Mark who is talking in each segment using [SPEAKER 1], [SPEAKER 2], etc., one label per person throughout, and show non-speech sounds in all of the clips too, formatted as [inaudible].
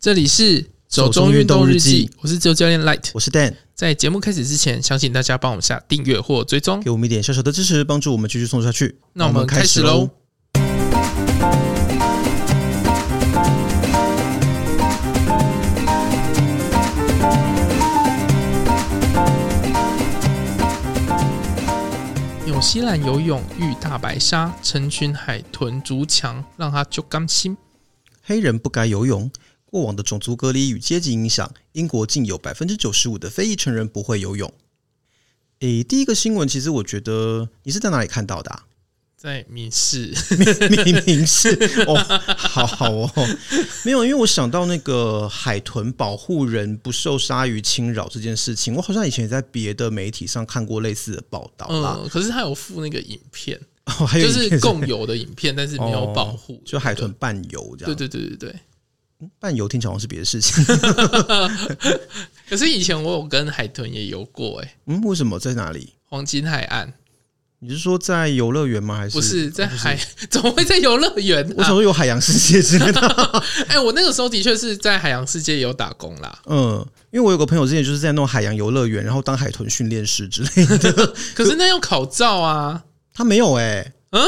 [SPEAKER 1] 这里是走中运动日记，我是自由教练 Light。
[SPEAKER 2] 我是 Dan，
[SPEAKER 1] 在节目开始之前，相信大家帮我们下订阅或追踪。
[SPEAKER 2] 给我们一点小小的支持，帮助我们继续送下去。
[SPEAKER 1] 那我们开始喽。纽西兰游泳遇大白鲨，成群海豚筑墙，让它就甘心。
[SPEAKER 2] 黑人不该游泳。过往的种族隔离与阶级影响，英国竟有百分之九十五的非裔成人不会游泳。诶，第一个新闻，其实我觉得你是在哪里看到的、啊？ [laughs]
[SPEAKER 1] 在民事，
[SPEAKER 2] 明明是哦，好好哦，没有，因为我想到那个海豚保护人不受鲨鱼侵扰这件事情，我好像以前也在别的媒体上看过类似的报道啦。
[SPEAKER 1] 嗯，可是它有附那个影片，
[SPEAKER 2] 哦， [laughs] 还有
[SPEAKER 1] 嗯就
[SPEAKER 2] 一
[SPEAKER 1] 是
[SPEAKER 2] 件
[SPEAKER 1] 共游的影片，但是没有
[SPEAKER 2] 哦
[SPEAKER 1] 保护，
[SPEAKER 2] 就海豚伴游这样，
[SPEAKER 1] 对。对对对对对。
[SPEAKER 2] 嗯伴游听起来好像是别的事情。 [laughs]
[SPEAKER 1] 可是以前我有跟海豚也游过、欸，哎，
[SPEAKER 2] 嗯，为什么在哪里？
[SPEAKER 1] 黄金海岸
[SPEAKER 2] 你是说在游乐园吗？还是
[SPEAKER 1] 不是在海， [laughs] 怎么会在游乐园
[SPEAKER 2] 我想
[SPEAKER 1] 啊？
[SPEAKER 2] 说有海洋世界之类的。
[SPEAKER 1] 哎、我那个时候的确是在海洋世界有打工啦，
[SPEAKER 2] 嗯，因为我有个朋友之前就是在那种海洋游乐园，然后当海豚训练师之类
[SPEAKER 1] [laughs]
[SPEAKER 2] 的。
[SPEAKER 1] 可是那要考照啊。
[SPEAKER 2] 他没有哎、嗯，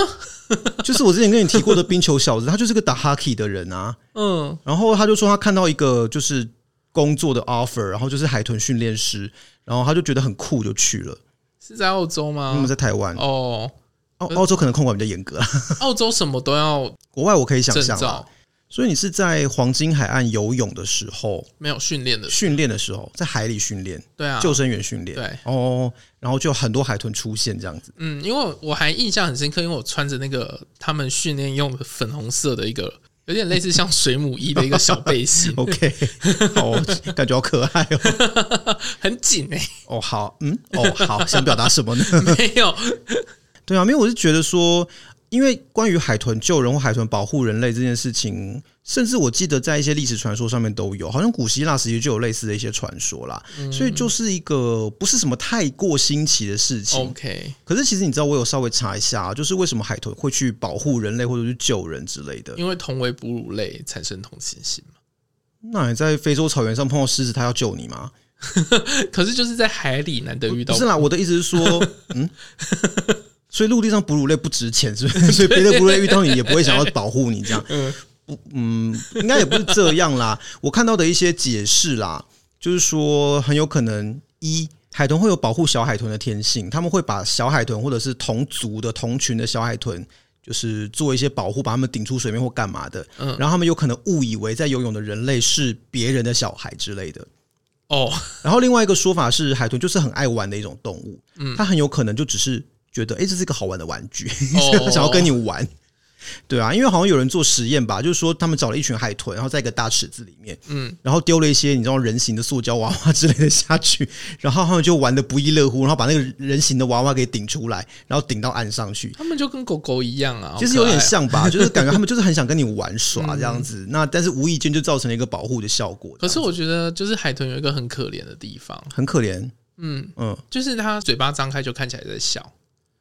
[SPEAKER 2] 就是我之前跟你提过的冰球小子，他就是个打 hockey 的人啊。
[SPEAKER 1] 嗯，
[SPEAKER 2] 然后他就说他看到一个就是工作的 offer，然后就是海豚训练师，然后他就觉得很酷，就去了。
[SPEAKER 1] 是在澳洲
[SPEAKER 2] 那么
[SPEAKER 1] 吗？
[SPEAKER 2] 在台湾，
[SPEAKER 1] 啊哦，
[SPEAKER 2] 澳澳洲可能控管比较严格啊，
[SPEAKER 1] 澳洲什么都要
[SPEAKER 2] 国外我可以想
[SPEAKER 1] 证
[SPEAKER 2] 象啊。
[SPEAKER 1] 照，
[SPEAKER 2] 所以你是在黄金海岸游泳的时候
[SPEAKER 1] 没有训练的，
[SPEAKER 2] 训练的时候，在海里训练，
[SPEAKER 1] 对啊，
[SPEAKER 2] 救生员训练，
[SPEAKER 1] 对
[SPEAKER 2] 哦，然后就有很多海豚出现这
[SPEAKER 1] [laughs]
[SPEAKER 2] 样子。，
[SPEAKER 1] 嗯，因为我还印象很深刻，因为我穿着那个他们训练用的粉红色的一个，有点类似像水母衣的一个小背心
[SPEAKER 2] OK，好、哦，感觉好可爱
[SPEAKER 1] [laughs]
[SPEAKER 2] 哦。
[SPEAKER 1] 很紧哎、
[SPEAKER 2] 哦，好，嗯，哦，好，想表达什么呢？ [laughs]
[SPEAKER 1] 没有，
[SPEAKER 2] 对啊，因为我是觉得说，因为关于海豚救人或海豚保护人类这件事情，甚至我记得在一些历史传说上面都有，好像古希腊时期就有类似的一些传说啦。
[SPEAKER 1] 嗯
[SPEAKER 2] 所以就是一个不是什么太过新奇的事情。
[SPEAKER 1] OK，
[SPEAKER 2] 可是其实你知道，我有稍微查一下、啊就是为什么海豚会去保护人类或者是救人之类的。
[SPEAKER 1] 因为同为哺乳类产生同情心嘛。
[SPEAKER 2] 那你在非洲草原上碰到狮子，它要救你吗？
[SPEAKER 1] 可是就是在海里难得遇到
[SPEAKER 2] 不是，啊啦，我的意思是
[SPEAKER 1] [laughs]
[SPEAKER 2] 说，嗯，所以陆地上哺乳类不值钱，是不是？所以别的哺乳类遇到你也不会想要保护你这样。
[SPEAKER 1] 嗯
[SPEAKER 2] 嗯，应该也不是这样啦。我看到的一些解释啦，就是说很有可能一。海豚会有保护小海豚的天性，他们会把小海豚或者是同族的同群的小海豚，就是做一些保护，把它们顶出水面或干嘛的。
[SPEAKER 1] 嗯
[SPEAKER 2] 然后他们有可能误以为在游泳的人类是别人的小孩之类的。 [laughs]
[SPEAKER 1] 哦，
[SPEAKER 2] 然后另外一个说法是，海豚就是很爱玩的一种动物，
[SPEAKER 1] 嗯
[SPEAKER 2] 它很有可能就只是觉得，哎、这是一个好玩的玩具， [laughs]
[SPEAKER 1] 哦
[SPEAKER 2] 啊想要跟你玩。对啊，因为好像有人做实验吧，就是说他们找了一群海豚，然后在一个大池子里面，
[SPEAKER 1] 嗯，
[SPEAKER 2] 然后丢了一些你知道人形的塑胶娃娃之类的下去， [laughs] 然后他们就玩的不亦乐乎，然后把那个人形的娃娃给顶出来，然后顶到岸上去，
[SPEAKER 1] 他们就跟狗狗一样啊，
[SPEAKER 2] 其实
[SPEAKER 1] 好
[SPEAKER 2] 有
[SPEAKER 1] 可爱
[SPEAKER 2] 点
[SPEAKER 1] 啊。嗯
[SPEAKER 2] 像吧，就是感觉他们就是很想跟你玩耍这样子，那但是无意间就造成了一个保护的效果，
[SPEAKER 1] 可是我觉得就是海豚有一个很可怜的地方，
[SPEAKER 2] 很可怜，
[SPEAKER 1] 嗯，
[SPEAKER 2] 嗯
[SPEAKER 1] 就是它嘴巴张开就看起来在笑，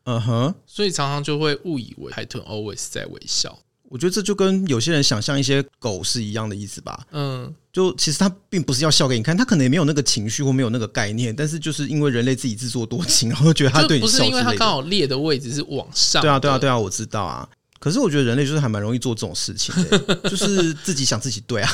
[SPEAKER 2] 嗯哼。
[SPEAKER 1] 所以常常就会误以为海豚 always 在微笑。
[SPEAKER 2] 我觉得这就跟有些人想象一些狗是一样的意思吧。
[SPEAKER 1] 嗯，
[SPEAKER 2] 就其实它并不是要笑给你看，它可能也没有那个情绪或没有那个概念，但是就是因为人类自己自作多情，然后就觉得它对
[SPEAKER 1] 就
[SPEAKER 2] 你
[SPEAKER 1] 不
[SPEAKER 2] 笑
[SPEAKER 1] 是因
[SPEAKER 2] 之
[SPEAKER 1] 为它
[SPEAKER 2] 类
[SPEAKER 1] 刚
[SPEAKER 2] 的。
[SPEAKER 1] 好裂的位置是往上，
[SPEAKER 2] 对啊，对啊，，对啊，我知道啊。可是我觉得人类就是还蛮容易做这种事情
[SPEAKER 1] [laughs]
[SPEAKER 2] 的，欸就是自己想自己对啊。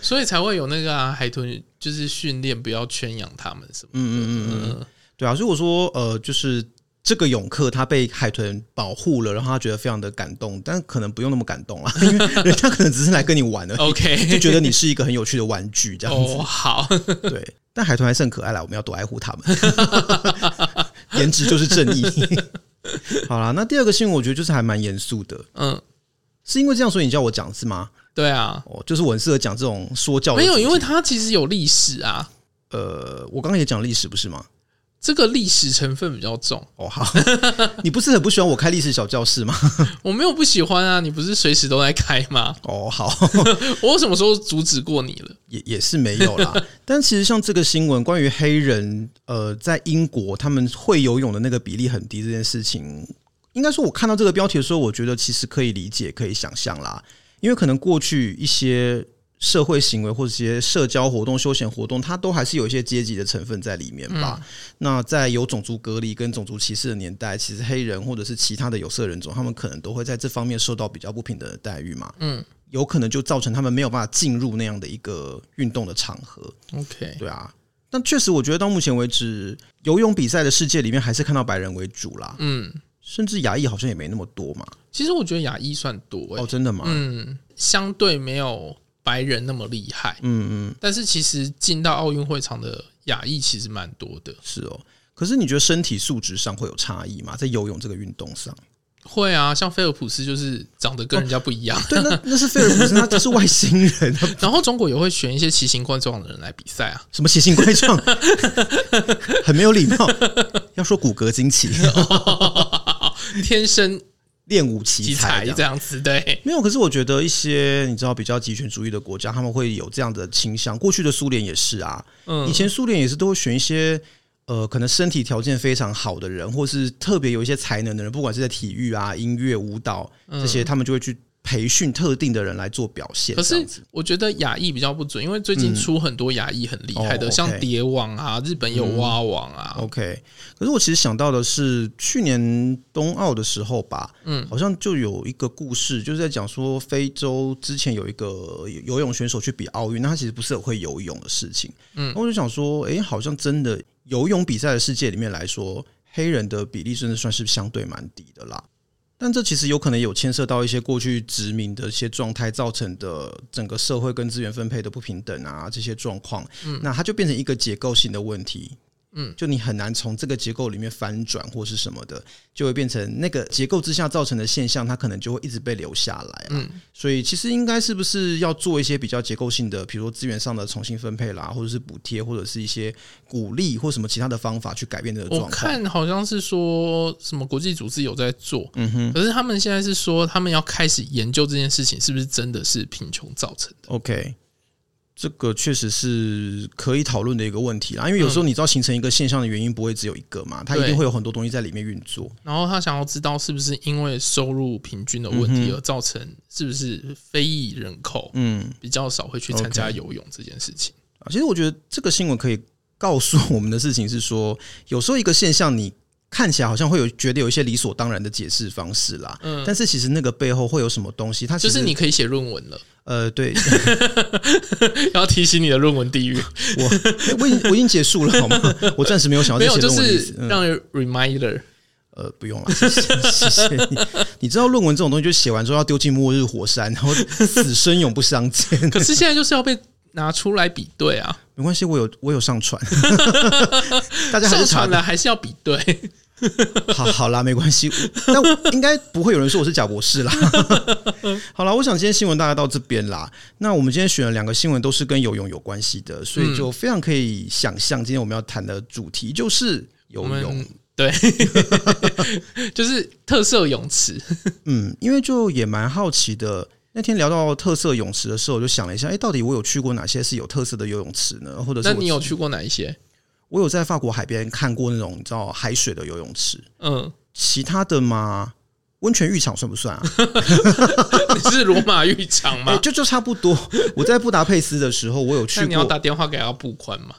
[SPEAKER 1] 所以才会有那个啊，海豚就是训练不要圈养它们什么的。
[SPEAKER 2] 嗯嗯嗯嗯，
[SPEAKER 1] 嗯，
[SPEAKER 2] 对啊。所以我说，呃，就是这个泳客他被海豚保护了，然后他觉得非常的感动，但可能不用那么感动啦，啊 [laughs] 因为人家可能只是来跟你玩的，
[SPEAKER 1] 嗯 OK，
[SPEAKER 2] 就觉得你是一个很有趣的玩具这样子。
[SPEAKER 1] 哦好，
[SPEAKER 2] 对，但海豚还是很可爱啦，我们要多爱护它们。 [laughs] 颜值就是正义。 [laughs] 好啦，那第二个新闻我觉得就是还蛮严肃的，
[SPEAKER 1] 嗯，
[SPEAKER 2] 是因为这样所以你叫我讲是吗？
[SPEAKER 1] 对啊，
[SPEAKER 2] 哦，就是我很适合讲这种说教的
[SPEAKER 1] 没
[SPEAKER 2] 主题。
[SPEAKER 1] 有，因为它其实有历史啊，
[SPEAKER 2] 呃，我刚刚也讲历史不是吗？
[SPEAKER 1] 这个历史成分比较重。
[SPEAKER 2] 哦，好， [laughs] 你不是很不喜欢我开历史小教室吗？
[SPEAKER 1] 我没有不喜欢啊，你不是随时都在开吗？
[SPEAKER 2] 哦，好，
[SPEAKER 1] 我什么时候阻止过你了？
[SPEAKER 2] 也也是没有啦。但其实像这个新闻，关于黑人呃在英国他们会游泳的那个比例很低这件事情，应该说我看到这个标题的时候，我觉得其实可以理解、可以想象啦，因为可能过去一些。社会行为或者一些社交活动、休闲活动，它都还是有一些阶级的成分在里面吧。那在有种族隔离跟种族歧视的年代，其实黑人或者是其他的有色人种，他们可能都会在这方面受到比较不平等的待遇嘛。
[SPEAKER 1] 嗯，
[SPEAKER 2] 有可能就造成他们没有办法进入那样的一个运动的场合。
[SPEAKER 1] ，OK，
[SPEAKER 2] 对啊，但确实我觉得到目前为止，游泳比赛的世界里面还是看到白人为主啦，
[SPEAKER 1] 嗯，
[SPEAKER 2] 甚至亚裔好像也没那么多嘛。
[SPEAKER 1] 其实我觉得亚裔算多、欸，
[SPEAKER 2] 哦，真的吗？
[SPEAKER 1] 嗯，相对没有白人那么厉害，
[SPEAKER 2] 嗯嗯，
[SPEAKER 1] 但是其实进到奥运会场的亚裔其实蛮多的。
[SPEAKER 2] 是哦。可是你觉得身体素质上会有差异吗？在游泳这个运动上？
[SPEAKER 1] 会啊，像菲尔普斯就是长得跟人家不
[SPEAKER 2] [laughs]
[SPEAKER 1] 一样，
[SPEAKER 2] 对，那那是菲尔普斯，他就是外星人，他
[SPEAKER 1] 然后中国也会选一些奇形怪状的人来比赛啊。 [laughs]
[SPEAKER 2] 什么奇形怪状， [laughs] 很没有礼貌。要说骨骼惊奇，
[SPEAKER 1] 天生
[SPEAKER 2] 练武奇
[SPEAKER 1] 奇才
[SPEAKER 2] 才这样
[SPEAKER 1] 这样子，对，
[SPEAKER 2] 没有，可是我觉得一些你知道比较极权主义的国家，他们会有这样的倾向。过去的苏联也是啊，
[SPEAKER 1] 嗯
[SPEAKER 2] 以前苏联也是都会选一些呃，可能身体条件非常好的人，或是特别有一些才能的人，不管是在体育啊、音乐、舞蹈这些，他们就会去培训特定的人来做表
[SPEAKER 1] 嗯
[SPEAKER 2] 现。
[SPEAKER 1] 可
[SPEAKER 2] 这
[SPEAKER 1] 是
[SPEAKER 2] 样子嗯
[SPEAKER 1] 我觉得亚裔比较不准，因为最近出很多亚裔很厉害
[SPEAKER 2] 哦
[SPEAKER 1] 的，
[SPEAKER 2] ，OK 嗯哦
[SPEAKER 1] 像蝶网啊，日本有蛙网啊，
[SPEAKER 2] OK，可是我其实想到的是去年冬奥的时候吧，
[SPEAKER 1] 嗯，
[SPEAKER 2] 好像就有一个故事，就是在讲说非洲之前有一个游泳选手去比奥运，那他其实不是很会游泳的事情，
[SPEAKER 1] 嗯
[SPEAKER 2] 那我就想说，诶，好像真的游泳比赛的世界里面来说，黑人的比例真的算是相对蛮低的啦。但这其实有可能有牵涉到一些过去殖民的一些状态造成的整个社会跟资源分配的不平等啊这些状况，嗯，那它就变成一个结构性的问题，
[SPEAKER 1] 嗯，
[SPEAKER 2] 就你很难从这个结构里面翻转或是什么的，就会变成那个结构之下造成的现象，它可能就会一直被留下来啊。
[SPEAKER 1] 嗯
[SPEAKER 2] 所以其实应该是不是要做一些比较结构性的，比如说资源上的重新分配啦，或者是补贴，或者是一些鼓励或什么其他的方法去改变这个
[SPEAKER 1] 我
[SPEAKER 2] 状况？
[SPEAKER 1] 看好像是说什么国际组织有在做，嗯哼，可是他们现在是说他们要开始研究这件事情是不是真的是贫穷造成的，
[SPEAKER 2] OK，这个确实是可以讨论的一个问题啦，因为有时候你知道形成一个现象的原因不会只有一个嘛，它一定
[SPEAKER 1] 嗯对
[SPEAKER 2] 会有很多东西在里面运作。
[SPEAKER 1] 然后他想要知道是不是因为收入平均的问题而造成是不是非裔人口
[SPEAKER 2] 嗯，
[SPEAKER 1] 比较少会去参加
[SPEAKER 2] OK
[SPEAKER 1] 游泳这件事情，
[SPEAKER 2] 啊其实我觉得这个新闻可以告诉我们的事情是说，有时候一个现象你。看起来好像会有觉得有一些理所当然的解释方式啦，
[SPEAKER 1] 嗯
[SPEAKER 2] 但是其实那个背后会有什么东西？它其
[SPEAKER 1] 就
[SPEAKER 2] 实
[SPEAKER 1] 是你可以写论文了，
[SPEAKER 2] 呃，对 [laughs]
[SPEAKER 1] 要提醒你的论文地狱。
[SPEAKER 2] 我诶我已经我已经结束了好吗？我暂时没有想要
[SPEAKER 1] 没
[SPEAKER 2] 再
[SPEAKER 1] 有，
[SPEAKER 2] 写
[SPEAKER 1] 就
[SPEAKER 2] 论文的意
[SPEAKER 1] 是
[SPEAKER 2] 思。嗯
[SPEAKER 1] 让人 reminder。
[SPEAKER 2] 呃，不用了，谢谢谢谢你。你知道论文这种东西，就写完之后要丢进末日火山，然后死生永不相见。
[SPEAKER 1] 可是现在就是要被拿出来比对啊，
[SPEAKER 2] 没关系，我有我有上传， [laughs] 大家还
[SPEAKER 1] 上
[SPEAKER 2] 是查
[SPEAKER 1] 传
[SPEAKER 2] 的。
[SPEAKER 1] 了还是要比对。
[SPEAKER 2] [laughs] 好，好啦，没关系，但我应该不会有人说我是贾博士啦。 [laughs] 好啦，我想今天新闻大概到这边啦。那我们今天选了两个新闻，都是跟游泳有关系的，所以就非常可以想象，今天我们要谈的主题就是游
[SPEAKER 1] 我
[SPEAKER 2] 泳。
[SPEAKER 1] 们对，就是特色泳池。
[SPEAKER 2] 嗯，因为就也蛮好奇的。那天聊到特色泳池的时候，我就想了一下，哎、到底我有去过哪些是有特色的游泳池呢？或者是
[SPEAKER 1] 那
[SPEAKER 2] 我
[SPEAKER 1] 你有？去过哪一些？
[SPEAKER 2] 我有在法国海边看过那种你知道海水的游泳池，
[SPEAKER 1] 嗯， [laughs]
[SPEAKER 2] 其他的嘛，温泉浴场算不算啊？
[SPEAKER 1] 你是罗马浴场
[SPEAKER 2] 哎、
[SPEAKER 1] 吗？
[SPEAKER 2] 就就差不多。 [laughs] 我在布达佩斯的时候，我有去
[SPEAKER 1] 那你要
[SPEAKER 2] 过，
[SPEAKER 1] 打电话给他布宽嘛？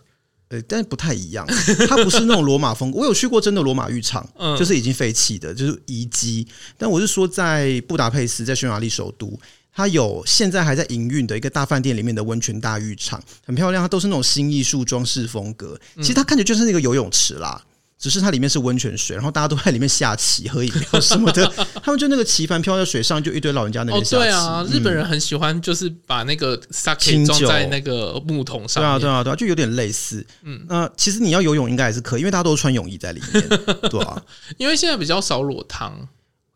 [SPEAKER 2] 呃，但不太一样， [laughs] 它不是那种罗马风格。我有去过真的罗马浴场，
[SPEAKER 1] 嗯
[SPEAKER 2] 就是已经废弃的，就是遗迹。但我是说，在布达佩斯，在匈牙利首都，它有现在还在营运的一个大饭店里面的温泉大浴场，很漂亮，它都是那种新艺术装饰风格。
[SPEAKER 1] 嗯
[SPEAKER 2] 其实它看起来就是那个游泳池啦。只是它里面是温泉水，然后大家都在里面下棋、喝饮料什
[SPEAKER 1] [laughs]
[SPEAKER 2] 么的。他们就那个棋盘飘在水上，就一堆老人家
[SPEAKER 1] 哦
[SPEAKER 2] 那边，下棋。
[SPEAKER 1] 对啊，日本人很喜欢，就是把那个 sake
[SPEAKER 2] 嗯清酒
[SPEAKER 1] 装在那个木桶上
[SPEAKER 2] 对啊，
[SPEAKER 1] 面。
[SPEAKER 2] 对啊，对啊，就有点类似。嗯，那、其实你要游泳应该还是可以，因为大家都穿泳衣在里
[SPEAKER 1] [laughs]
[SPEAKER 2] 面，对啊，
[SPEAKER 1] 因为现在比较少裸汤。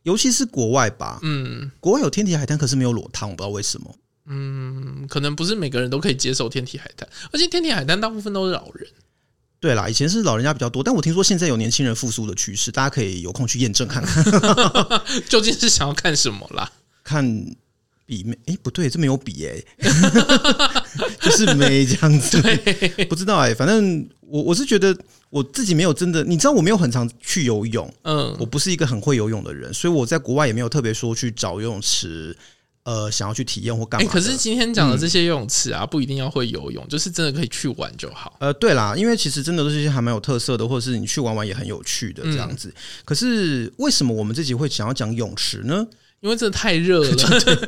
[SPEAKER 2] 尤其是国外吧，
[SPEAKER 1] 嗯
[SPEAKER 2] 国外有天体海滩，可是没有裸汤，我不知道为什么。
[SPEAKER 1] 嗯，可能不是每个人都可以接受天体海滩，而且天体海滩大部分都是老人。 [laughs]
[SPEAKER 2] 对啦，以前是老人家比较多，但我听说现在有年轻人复苏的趋势，大家可以有空去验证看
[SPEAKER 1] [laughs]
[SPEAKER 2] 看
[SPEAKER 1] 究竟是想要看什么啦？
[SPEAKER 2] 看比没？哎，不对，这没有比
[SPEAKER 1] [laughs]
[SPEAKER 2] 哎、就是没这样子。不知道哎、反正我我是觉得我自己没有真的，你知道我没有很常去游泳，
[SPEAKER 1] 嗯
[SPEAKER 2] 我不是一个很会游泳的人，所以我在国外也没有特别说去找游泳池。呃想要去体验或干
[SPEAKER 1] 哎、
[SPEAKER 2] 嘛的。嗯
[SPEAKER 1] 可是今天讲的这些游泳池啊，不一定要会游泳，就是真的可以去玩就好。
[SPEAKER 2] 呃，对啦，因为其实真的都是一些还蛮有特色的，或者是你去玩玩也很有趣的这样
[SPEAKER 1] 嗯
[SPEAKER 2] 子。可是为什么我们这集会想要讲泳池呢？
[SPEAKER 1] 因为真的太热了，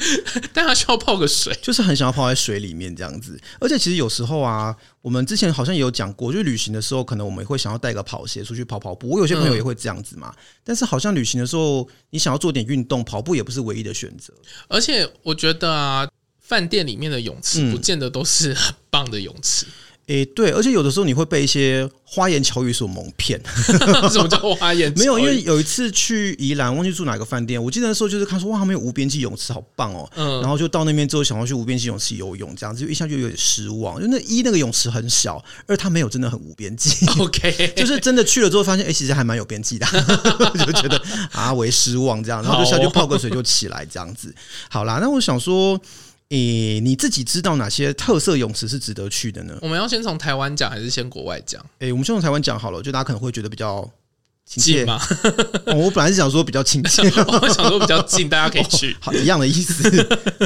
[SPEAKER 1] [laughs] 但它需要泡个水。
[SPEAKER 2] 就是很想要泡在水里面这样子。而且其实有时候啊，我们之前好像也有讲过，就是旅行的时候，可能我们会想要带个跑鞋出去跑跑步。我有些
[SPEAKER 1] 嗯
[SPEAKER 2] 朋友也会这样子嘛。但是好像旅行的时候，你想要做点运动，跑步也不是唯一的选择。
[SPEAKER 1] 而且我觉得啊，饭店里面的泳池
[SPEAKER 2] 嗯
[SPEAKER 1] 不见得都是很棒的泳池。 [laughs]
[SPEAKER 2] 诶、对，而且有的时候你会被一些花言巧语所蒙
[SPEAKER 1] [laughs]
[SPEAKER 2] 骗。
[SPEAKER 1] 什么叫花眼？
[SPEAKER 2] 没有，因
[SPEAKER 1] [laughs]
[SPEAKER 2] 为有一次去宜兰，忘记住哪个饭店，我记得那时候就是看说哇，他们有无边际泳池，好棒哦。
[SPEAKER 1] 嗯
[SPEAKER 2] 然后就到那边之后，想要去无边际泳池游泳，这样子就一下就有点失望。就那一那个泳池很小，二它没有真的很无边
[SPEAKER 1] [laughs]
[SPEAKER 2] 际，
[SPEAKER 1] 哦 OK，
[SPEAKER 2] 就是真的去了之后发现，哎、其实还蛮有边际的， [laughs] 就觉得啊为失望这样，然后就下去
[SPEAKER 1] 好哦
[SPEAKER 2] 泡个水就起来这样子。好啦，那我想说，诶、你自己知道哪些特色泳池是值得去的呢？
[SPEAKER 1] 我们要先从台湾讲还是先国外讲？
[SPEAKER 2] 诶、我们先从台湾讲好了，就大家可能会觉得比较亲切
[SPEAKER 1] 近。吗？ [laughs]
[SPEAKER 2] 哦我本来是想说比较亲切，
[SPEAKER 1] 我想说比较近，大家可以去。
[SPEAKER 2] 好一样的意思，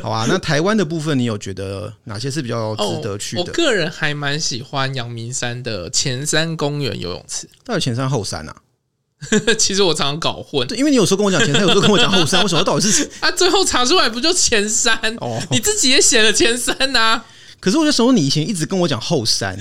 [SPEAKER 2] 好吧、那台湾的部分，你有觉得哪些是比较值得去
[SPEAKER 1] 哦我
[SPEAKER 2] 的？
[SPEAKER 1] 个人还蛮喜欢阳明山的前山公园游泳池。 [laughs]
[SPEAKER 2] 到底前山后山啊？
[SPEAKER 1] 其实我常常搞混，
[SPEAKER 2] 对，因为你有时候跟我讲前山，有时候跟我讲后山，我想说到底是
[SPEAKER 1] 啊，最后查出来不就前山？
[SPEAKER 2] 哦
[SPEAKER 1] 你自己也写了前啊山呐、
[SPEAKER 2] 可是我就想说，你以前一直跟我讲后山，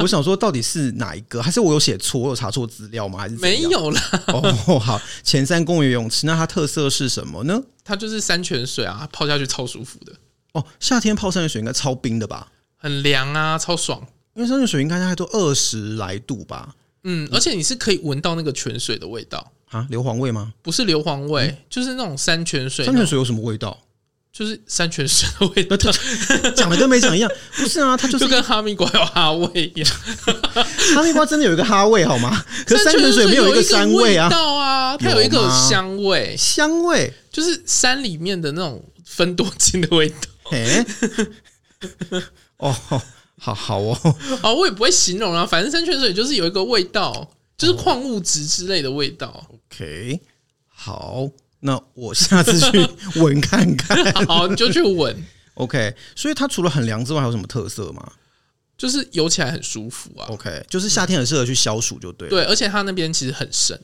[SPEAKER 2] 我想说到底是哪一个？还是我有写错？我有查错资料吗？还是怎
[SPEAKER 1] 没
[SPEAKER 2] 样？
[SPEAKER 1] 有啦，
[SPEAKER 2] 哦，好，前山公园游泳池，那它特色是什么呢？
[SPEAKER 1] 它就是山泉水啊，泡下去超舒服的，
[SPEAKER 2] 哦，夏天泡山泉水应该超冰的吧？
[SPEAKER 1] 很凉啊，超爽。
[SPEAKER 2] 因为山泉水应该大概都二十来度吧？
[SPEAKER 1] 嗯，而且你是可以闻到那个泉水的味道，
[SPEAKER 2] 啊，硫磺味吗？
[SPEAKER 1] 不是硫磺味，就是那种山泉水，
[SPEAKER 2] 嗯山泉水有什么味道？ [laughs]
[SPEAKER 1] 就是山泉水的味道，
[SPEAKER 2] 讲的跟没讲一样，不是啊？它就
[SPEAKER 1] 就是跟哈密瓜有哈味一样。
[SPEAKER 2] 哈密瓜真的有一个哈味
[SPEAKER 1] [laughs]
[SPEAKER 2] 好吗？可是山泉水没有
[SPEAKER 1] 有
[SPEAKER 2] 一个山味啊
[SPEAKER 1] 味，道啊，它有一
[SPEAKER 2] 有
[SPEAKER 1] 个
[SPEAKER 2] 吗
[SPEAKER 1] 香味，
[SPEAKER 2] 香味。
[SPEAKER 1] 就是山里面的那种分多精的味道。 [laughs]
[SPEAKER 2] 哎，哦，好好哦。
[SPEAKER 1] 哦，我也不会形容啊，反正山泉水就是有一个味道，就是矿物质之类的味道。
[SPEAKER 2] OK，好，那我下次去闻看看。
[SPEAKER 1] 好，你就去闻， [laughs]
[SPEAKER 2] OK，所以它除了很凉之外，还有什么特色吗
[SPEAKER 1] 就是游起来很舒服啊。
[SPEAKER 2] ？OK，就是夏天很适合去消暑，就哦对了。
[SPEAKER 1] 对，而且它那边其实很深，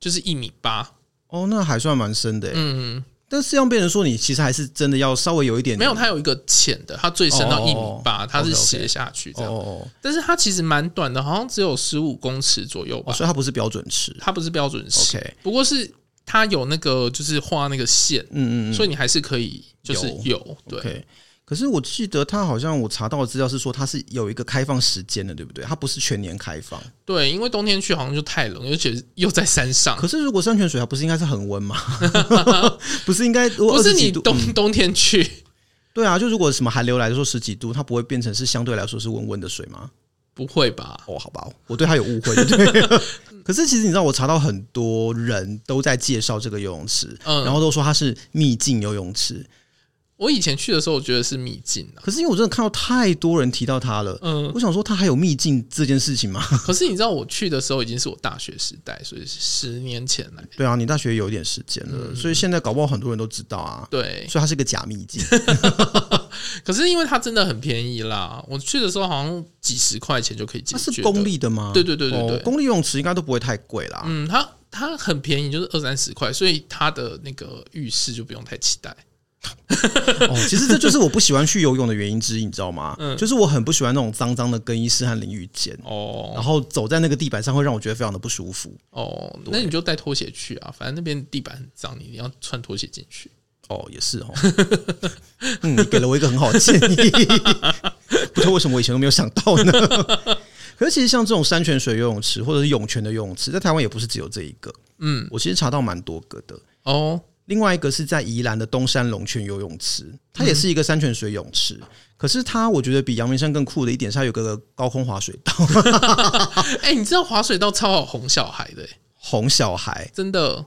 [SPEAKER 1] 就是一米八。
[SPEAKER 2] 哦，那还算蛮深的、欸。
[SPEAKER 1] 嗯，
[SPEAKER 2] 但是让别人说你其实还是真的要稍微有一点
[SPEAKER 1] 没有，它有一个浅的，它最深到一米八，
[SPEAKER 2] 哦
[SPEAKER 1] 它是
[SPEAKER 2] OK，OK
[SPEAKER 1] 斜下去这
[SPEAKER 2] 哦
[SPEAKER 1] 样。
[SPEAKER 2] 哦
[SPEAKER 1] 但是它其实蛮短的，好像只有十五公尺左右
[SPEAKER 2] 哦，
[SPEAKER 1] 吧。
[SPEAKER 2] 所以它不是标准池。
[SPEAKER 1] 它不是标准式
[SPEAKER 2] OK
[SPEAKER 1] 不过是它有那个就是画那个线，
[SPEAKER 2] 嗯嗯嗯
[SPEAKER 1] 所以你还是可以就是游。对，
[SPEAKER 2] ，OK。可是我记得它好像我查到的资料是说它是有一个开放时间的，对不对？它不是全年开放。
[SPEAKER 1] 对，因为冬天去好像就太冷，而且又在山上。
[SPEAKER 2] 可是如果山泉水，它不是应该是恒
[SPEAKER 1] [laughs]
[SPEAKER 2] 温吗？不是应该如果
[SPEAKER 1] 不
[SPEAKER 2] 二
[SPEAKER 1] 是
[SPEAKER 2] 十几
[SPEAKER 1] 你
[SPEAKER 2] 度？嗯
[SPEAKER 1] 冬冬天去 [laughs]
[SPEAKER 2] 对啊，就如果什么寒流来的时候十几度，它不会变成是相对来说是温温的水吗？
[SPEAKER 1] 不会吧？
[SPEAKER 2] 哦，好吧，我对它有
[SPEAKER 1] [laughs]
[SPEAKER 2] 误会。对可是其实你知道，我查到很多人都在介绍这个游泳池，
[SPEAKER 1] 嗯
[SPEAKER 2] 然后都说它是秘境游泳池。
[SPEAKER 1] 我以前去的时候，我觉得是秘境
[SPEAKER 2] [laughs]
[SPEAKER 1] 啊。
[SPEAKER 2] 可是因为我真的看到太多人提到它了，
[SPEAKER 1] 嗯，
[SPEAKER 2] 我想说它还有秘境这件事情吗？
[SPEAKER 1] 可是你知道我去的时候已经是我大学时代，所以是十年前来。
[SPEAKER 2] 对啊，你大学有一点时间了，所以现在搞不好很多人都知道啊。
[SPEAKER 1] 嗯对，
[SPEAKER 2] 所以它是个假秘
[SPEAKER 1] [laughs]
[SPEAKER 2] 境，
[SPEAKER 1] 可是因为它真的很便宜啦，我去的时候好像几十块钱就可以解
[SPEAKER 2] 它
[SPEAKER 1] 决。
[SPEAKER 2] 是公，立的吗？
[SPEAKER 1] 对对对对
[SPEAKER 2] 哦
[SPEAKER 1] 对
[SPEAKER 2] 公立游泳池应该都不会太贵啦。
[SPEAKER 1] 嗯，它它很便宜，就是二三十块，所以它的那个浴室就不用太期待。
[SPEAKER 2] 哦，其实这就是我不喜欢去游泳的原因之一，你知道吗？
[SPEAKER 1] 嗯
[SPEAKER 2] 就是我很不喜欢那种脏脏的更衣室和淋浴间，然
[SPEAKER 1] 哦
[SPEAKER 2] 后走在那个地板上会让我觉得非常的不舒服。
[SPEAKER 1] 哦，那你就带拖鞋去啊，反正那边地板很脏，你一定要穿拖鞋进去。
[SPEAKER 2] 哦，也是哦， [laughs] 嗯，你给了我一个很好的建议，不知道为什么我以前都没有想到 [laughs] 呢。可是其实像这种山泉水游泳池或者是涌泉的游泳池，在台湾也不是只有这一个，
[SPEAKER 1] 嗯，
[SPEAKER 2] 我其实查到蛮多个的。
[SPEAKER 1] 哦，
[SPEAKER 2] 另外一个是在宜兰的东山龙泉游泳池，它也是一个山泉水泳池，可是它我觉得比阳明山更酷的一点是它有个高空滑水道，
[SPEAKER 1] 哎、你知道滑水道超好哄小孩的、欸，
[SPEAKER 2] 哄小孩
[SPEAKER 1] 真的。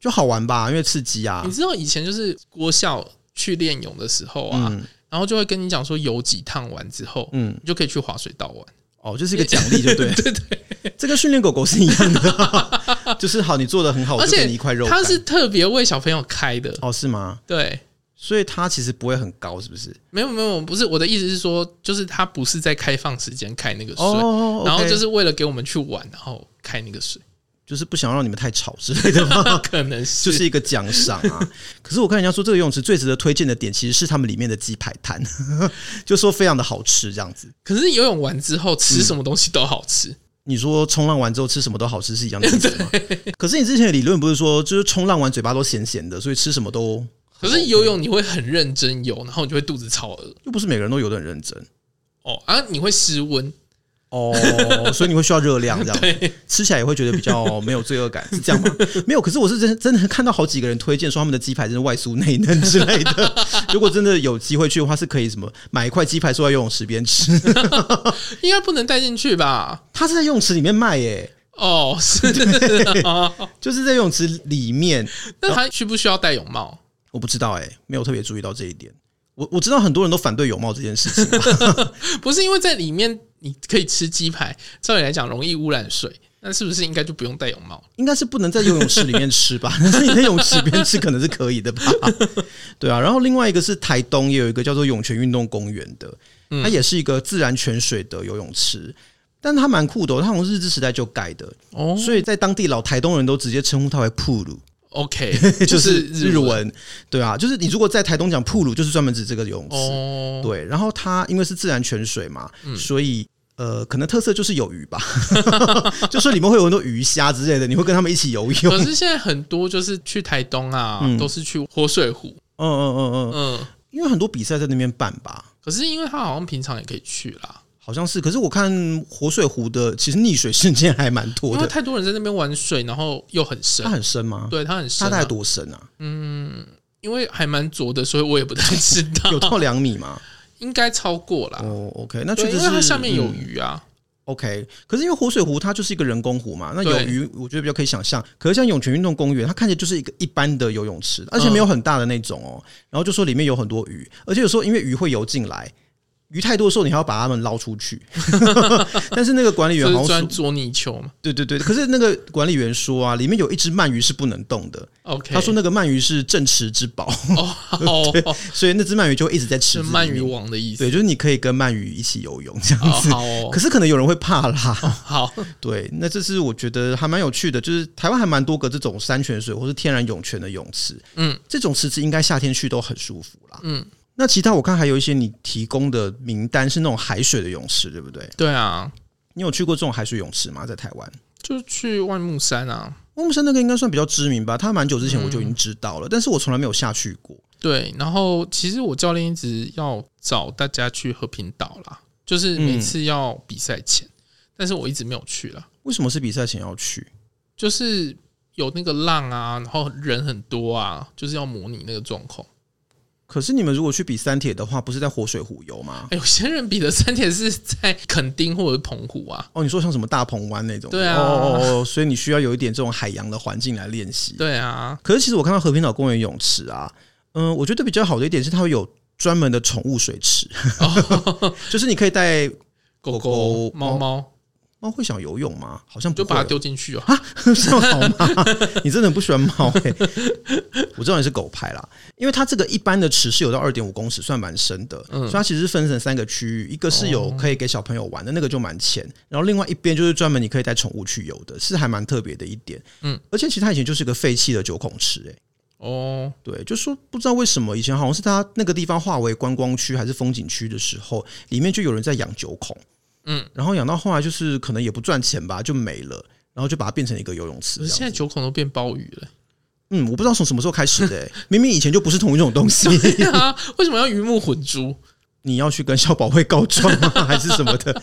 [SPEAKER 2] 就好玩吧，因为刺激啊
[SPEAKER 1] 你。知道以前就是国校去练泳的时候啊，然后就会跟你讲说游几趟完之后，嗯
[SPEAKER 2] 嗯，
[SPEAKER 1] 你就可以去滑水道玩。
[SPEAKER 2] 哦，就是一个奖励，
[SPEAKER 1] [laughs]
[SPEAKER 2] 就对，对对， [laughs] 这跟训练狗狗是一样的， [laughs] 就是好，你做的很好，我
[SPEAKER 1] 而
[SPEAKER 2] 就给
[SPEAKER 1] 且
[SPEAKER 2] 你一块肉干。
[SPEAKER 1] 它是特别为小朋友开的，
[SPEAKER 2] 哦，是吗？
[SPEAKER 1] 对，
[SPEAKER 2] 所以它其实不会很高，是不是？
[SPEAKER 1] 没有没有，不是我的意思是说，就是它不是在开放时间开那个水，
[SPEAKER 2] 哦
[SPEAKER 1] 然后
[SPEAKER 2] OK
[SPEAKER 1] 就是为了给我们去玩，然后开那个水， [laughs]
[SPEAKER 2] 就是不想让你们太吵之类的吗？ [laughs]
[SPEAKER 1] 可能是
[SPEAKER 2] 就是一个奖赏啊。可是我看人家说这个游泳池最值得推荐的点，其实是他们里面的鸡排摊， [laughs] 就说非常的好吃这样子。
[SPEAKER 1] 可是游泳完之后吃什么东西都好吃，
[SPEAKER 2] 你说冲浪完之后吃什么都好吃是一样的意思
[SPEAKER 1] [laughs]
[SPEAKER 2] 吗？可是你之前的理论不是说，就是冲浪完嘴巴都咸咸的，所以吃什么都
[SPEAKER 1] 可是游泳你会很认真游，然后你就会肚子超饿
[SPEAKER 2] 又不是每个人都游得很认真
[SPEAKER 1] 哦啊，你会失温，
[SPEAKER 2] 哦，所以你会需要热量这样子，吃起来也会觉得比较没有罪恶感，是这样吗？ [laughs] 没有，可是我是真真的看到好几个人推荐说他们的鸡排真是外酥内嫩之类的。 [laughs] 如果真的有机会去的话，是可以什么买一块鸡排坐在游泳池边吃， [laughs]
[SPEAKER 1] 应该不能带进去吧？
[SPEAKER 2] 他是在游泳池里面卖耶、
[SPEAKER 1] 哦，是 [laughs] 啊，
[SPEAKER 2] 就是在游泳池里面，
[SPEAKER 1] 那他需不需要戴泳帽？
[SPEAKER 2] 我不知道哎、没有特别注意到这一点。我我知道很多人都反对泳帽这件事情啊，
[SPEAKER 1] 不是因为在里面你可以吃鸡排，照理来讲容易污染水，那是不是应该就不用戴泳帽？
[SPEAKER 2] 应该是不能在游泳池里面吃 [laughs] 吧？但是你在泳池边吃可能是可以的吧？对啊，然后另外一个是台东也有一个叫做涌泉运动公园的，它也是一个自然泉水的游泳池，但它蛮酷的、哦，它从日治时代就盖的，
[SPEAKER 1] 哦
[SPEAKER 2] 所以在当地老台东人都直接称呼它为铺路，
[SPEAKER 1] ，OK，
[SPEAKER 2] [laughs] 就是
[SPEAKER 1] 日
[SPEAKER 2] 日文，对啊，就是你如果在台东讲铺路，就是专门指这个游泳池。 [laughs]
[SPEAKER 1] 哦，
[SPEAKER 2] 对，然后它因为是自然泉水嘛，所以呃，可能特色就是有鱼吧， [laughs] 就说里面会有很多鱼虾之类的，你会跟他们一起游泳。
[SPEAKER 1] 可是现在很多就是去台东啊，都是去活水湖，
[SPEAKER 2] 嗯嗯嗯嗯，
[SPEAKER 1] 嗯，
[SPEAKER 2] 因为很多比赛在那边办吧，
[SPEAKER 1] 可是因为他好像平常也可以去啦，
[SPEAKER 2] 好像是。可是我看活水湖的，其实溺水事件还蛮多
[SPEAKER 1] 因为
[SPEAKER 2] 的。
[SPEAKER 1] 太多人在那边玩水，然后又很深啊
[SPEAKER 2] 它，很深吗？
[SPEAKER 1] 对他很深
[SPEAKER 2] 它
[SPEAKER 1] 啊、
[SPEAKER 2] 大概多深啊？
[SPEAKER 1] 因为还蛮浊的，所以我也不太知道，
[SPEAKER 2] [laughs] 有到两
[SPEAKER 1] [laughs]
[SPEAKER 2] 米吗？
[SPEAKER 1] 应该超过啦。
[SPEAKER 2] 哦，OK，那
[SPEAKER 1] 啊对，
[SPEAKER 2] 确
[SPEAKER 1] 因
[SPEAKER 2] 实
[SPEAKER 1] 为
[SPEAKER 2] 是
[SPEAKER 1] 它下面有
[SPEAKER 2] 嗯
[SPEAKER 1] 鱼啊，
[SPEAKER 2] OK，可是因为活水湖它就是一个人工湖嘛，那有
[SPEAKER 1] 对
[SPEAKER 2] 鱼我觉得比较可以想象。可是像涌泉运动公园，它看起来就是一个一般的游泳池，而且没有很大的那种哦。然后就说里面有很多鱼，而且有时候因为鱼会游进来，鱼太多的时候你还要把它们捞出去。 [laughs] 但是那个管理员
[SPEAKER 1] 就
[SPEAKER 2] 好
[SPEAKER 1] 是
[SPEAKER 2] 像
[SPEAKER 1] 钻
[SPEAKER 2] 说，
[SPEAKER 1] 捉泥鳅嘛。
[SPEAKER 2] 对对对，可是那个管理员说啊，里面有一只鳗鱼是不能动的。
[SPEAKER 1] OK，
[SPEAKER 2] 他说那个鳗鱼是镇池之宝， [laughs]
[SPEAKER 1] 哦， [laughs] 好，
[SPEAKER 2] 所以那只鳗鱼就会一直在池
[SPEAKER 1] 是
[SPEAKER 2] 子里
[SPEAKER 1] 鳗鱼
[SPEAKER 2] 面。
[SPEAKER 1] 王的意思。
[SPEAKER 2] 对，就是你可以跟鳗鱼一起游泳这
[SPEAKER 1] 哦，
[SPEAKER 2] 样子。
[SPEAKER 1] 好哦，
[SPEAKER 2] 可是可能有人会怕啦。
[SPEAKER 1] 好，
[SPEAKER 2] 对，那这是我觉得还蛮有趣的，就是台湾还蛮多个这种山泉水或是天然涌泉的泳池，
[SPEAKER 1] 嗯，
[SPEAKER 2] 这种池子应该夏天去都很舒服啦，
[SPEAKER 1] 嗯。
[SPEAKER 2] 那其他我看还有一些你提供的名单是那种海水的泳池，对不对？
[SPEAKER 1] 对啊，
[SPEAKER 2] 你有去过这种海水泳池吗？在台湾，
[SPEAKER 1] 就去万木山啊，
[SPEAKER 2] 万木山那个应该算比较知名吧，它蛮久之前我就已经知道了，
[SPEAKER 1] 嗯
[SPEAKER 2] 但是我从来没有下去过。
[SPEAKER 1] 对，然后其实我教练一直要找大家去和平岛啦，就是
[SPEAKER 2] 嗯
[SPEAKER 1] 每次要比赛前，但是我一直没有去啦，
[SPEAKER 2] 为什么是比赛前要去？
[SPEAKER 1] 就是有那个浪啊，然后人很多啊，就是要模拟那个状况。
[SPEAKER 2] 可是你们如果去比三铁的话，不是在活水湖游吗？
[SPEAKER 1] 哎有些人比的三铁是在垦丁或者澎湖啊，
[SPEAKER 2] 哦，你说像什么大鹏湾那种？
[SPEAKER 1] 对啊
[SPEAKER 2] 哦哦哦，所以你需要有一点这种海洋的环境来练习。
[SPEAKER 1] 对啊，
[SPEAKER 2] 可是其实我看到和平岛公园泳池啊，嗯、我觉得比较好的一点是它会有专门的宠物水池， [laughs]
[SPEAKER 1] 哦
[SPEAKER 2] 就是你可以带
[SPEAKER 1] 狗狗
[SPEAKER 2] 狗、
[SPEAKER 1] 猫猫
[SPEAKER 2] 猫会想游泳吗？好像不
[SPEAKER 1] 就把它
[SPEAKER 2] 会，
[SPEAKER 1] 丢进去哦。
[SPEAKER 2] [laughs] 这样好吗？你真的很不喜欢猫欸 [laughs] 我知道你是狗派啦，因为它这个一般的池是有到二点五公尺，算蛮深的，所以它其实是分成三个区域，一个是有可以给小朋友玩的那个就蛮浅，然后另外一边就是专门你可以带宠物去游的，是还蛮特别的一点。
[SPEAKER 1] 嗯
[SPEAKER 2] 嗯，而且其实它以前就是一个废弃的九孔池、欸，
[SPEAKER 1] 哦，
[SPEAKER 2] 对，就说不知道为什么以前好像是他那个地方划为观光区还是风景区的时候，里面就有人在养九孔，
[SPEAKER 1] 嗯，
[SPEAKER 2] 然后养到后来就是可能也不赚钱吧，就没了，然后就把它变成一个游泳池
[SPEAKER 1] 可
[SPEAKER 2] 这
[SPEAKER 1] 是
[SPEAKER 2] 样
[SPEAKER 1] 现在九孔都变鲍鱼了。
[SPEAKER 2] 嗯，我不知道从什么时候开始的、欸明明以前就不是同一种东
[SPEAKER 1] [laughs]
[SPEAKER 2] 西。
[SPEAKER 1] 对啊，为什么要鱼目混珠？
[SPEAKER 2] 你要去跟消保会告状吗？ [laughs] 还是什么的？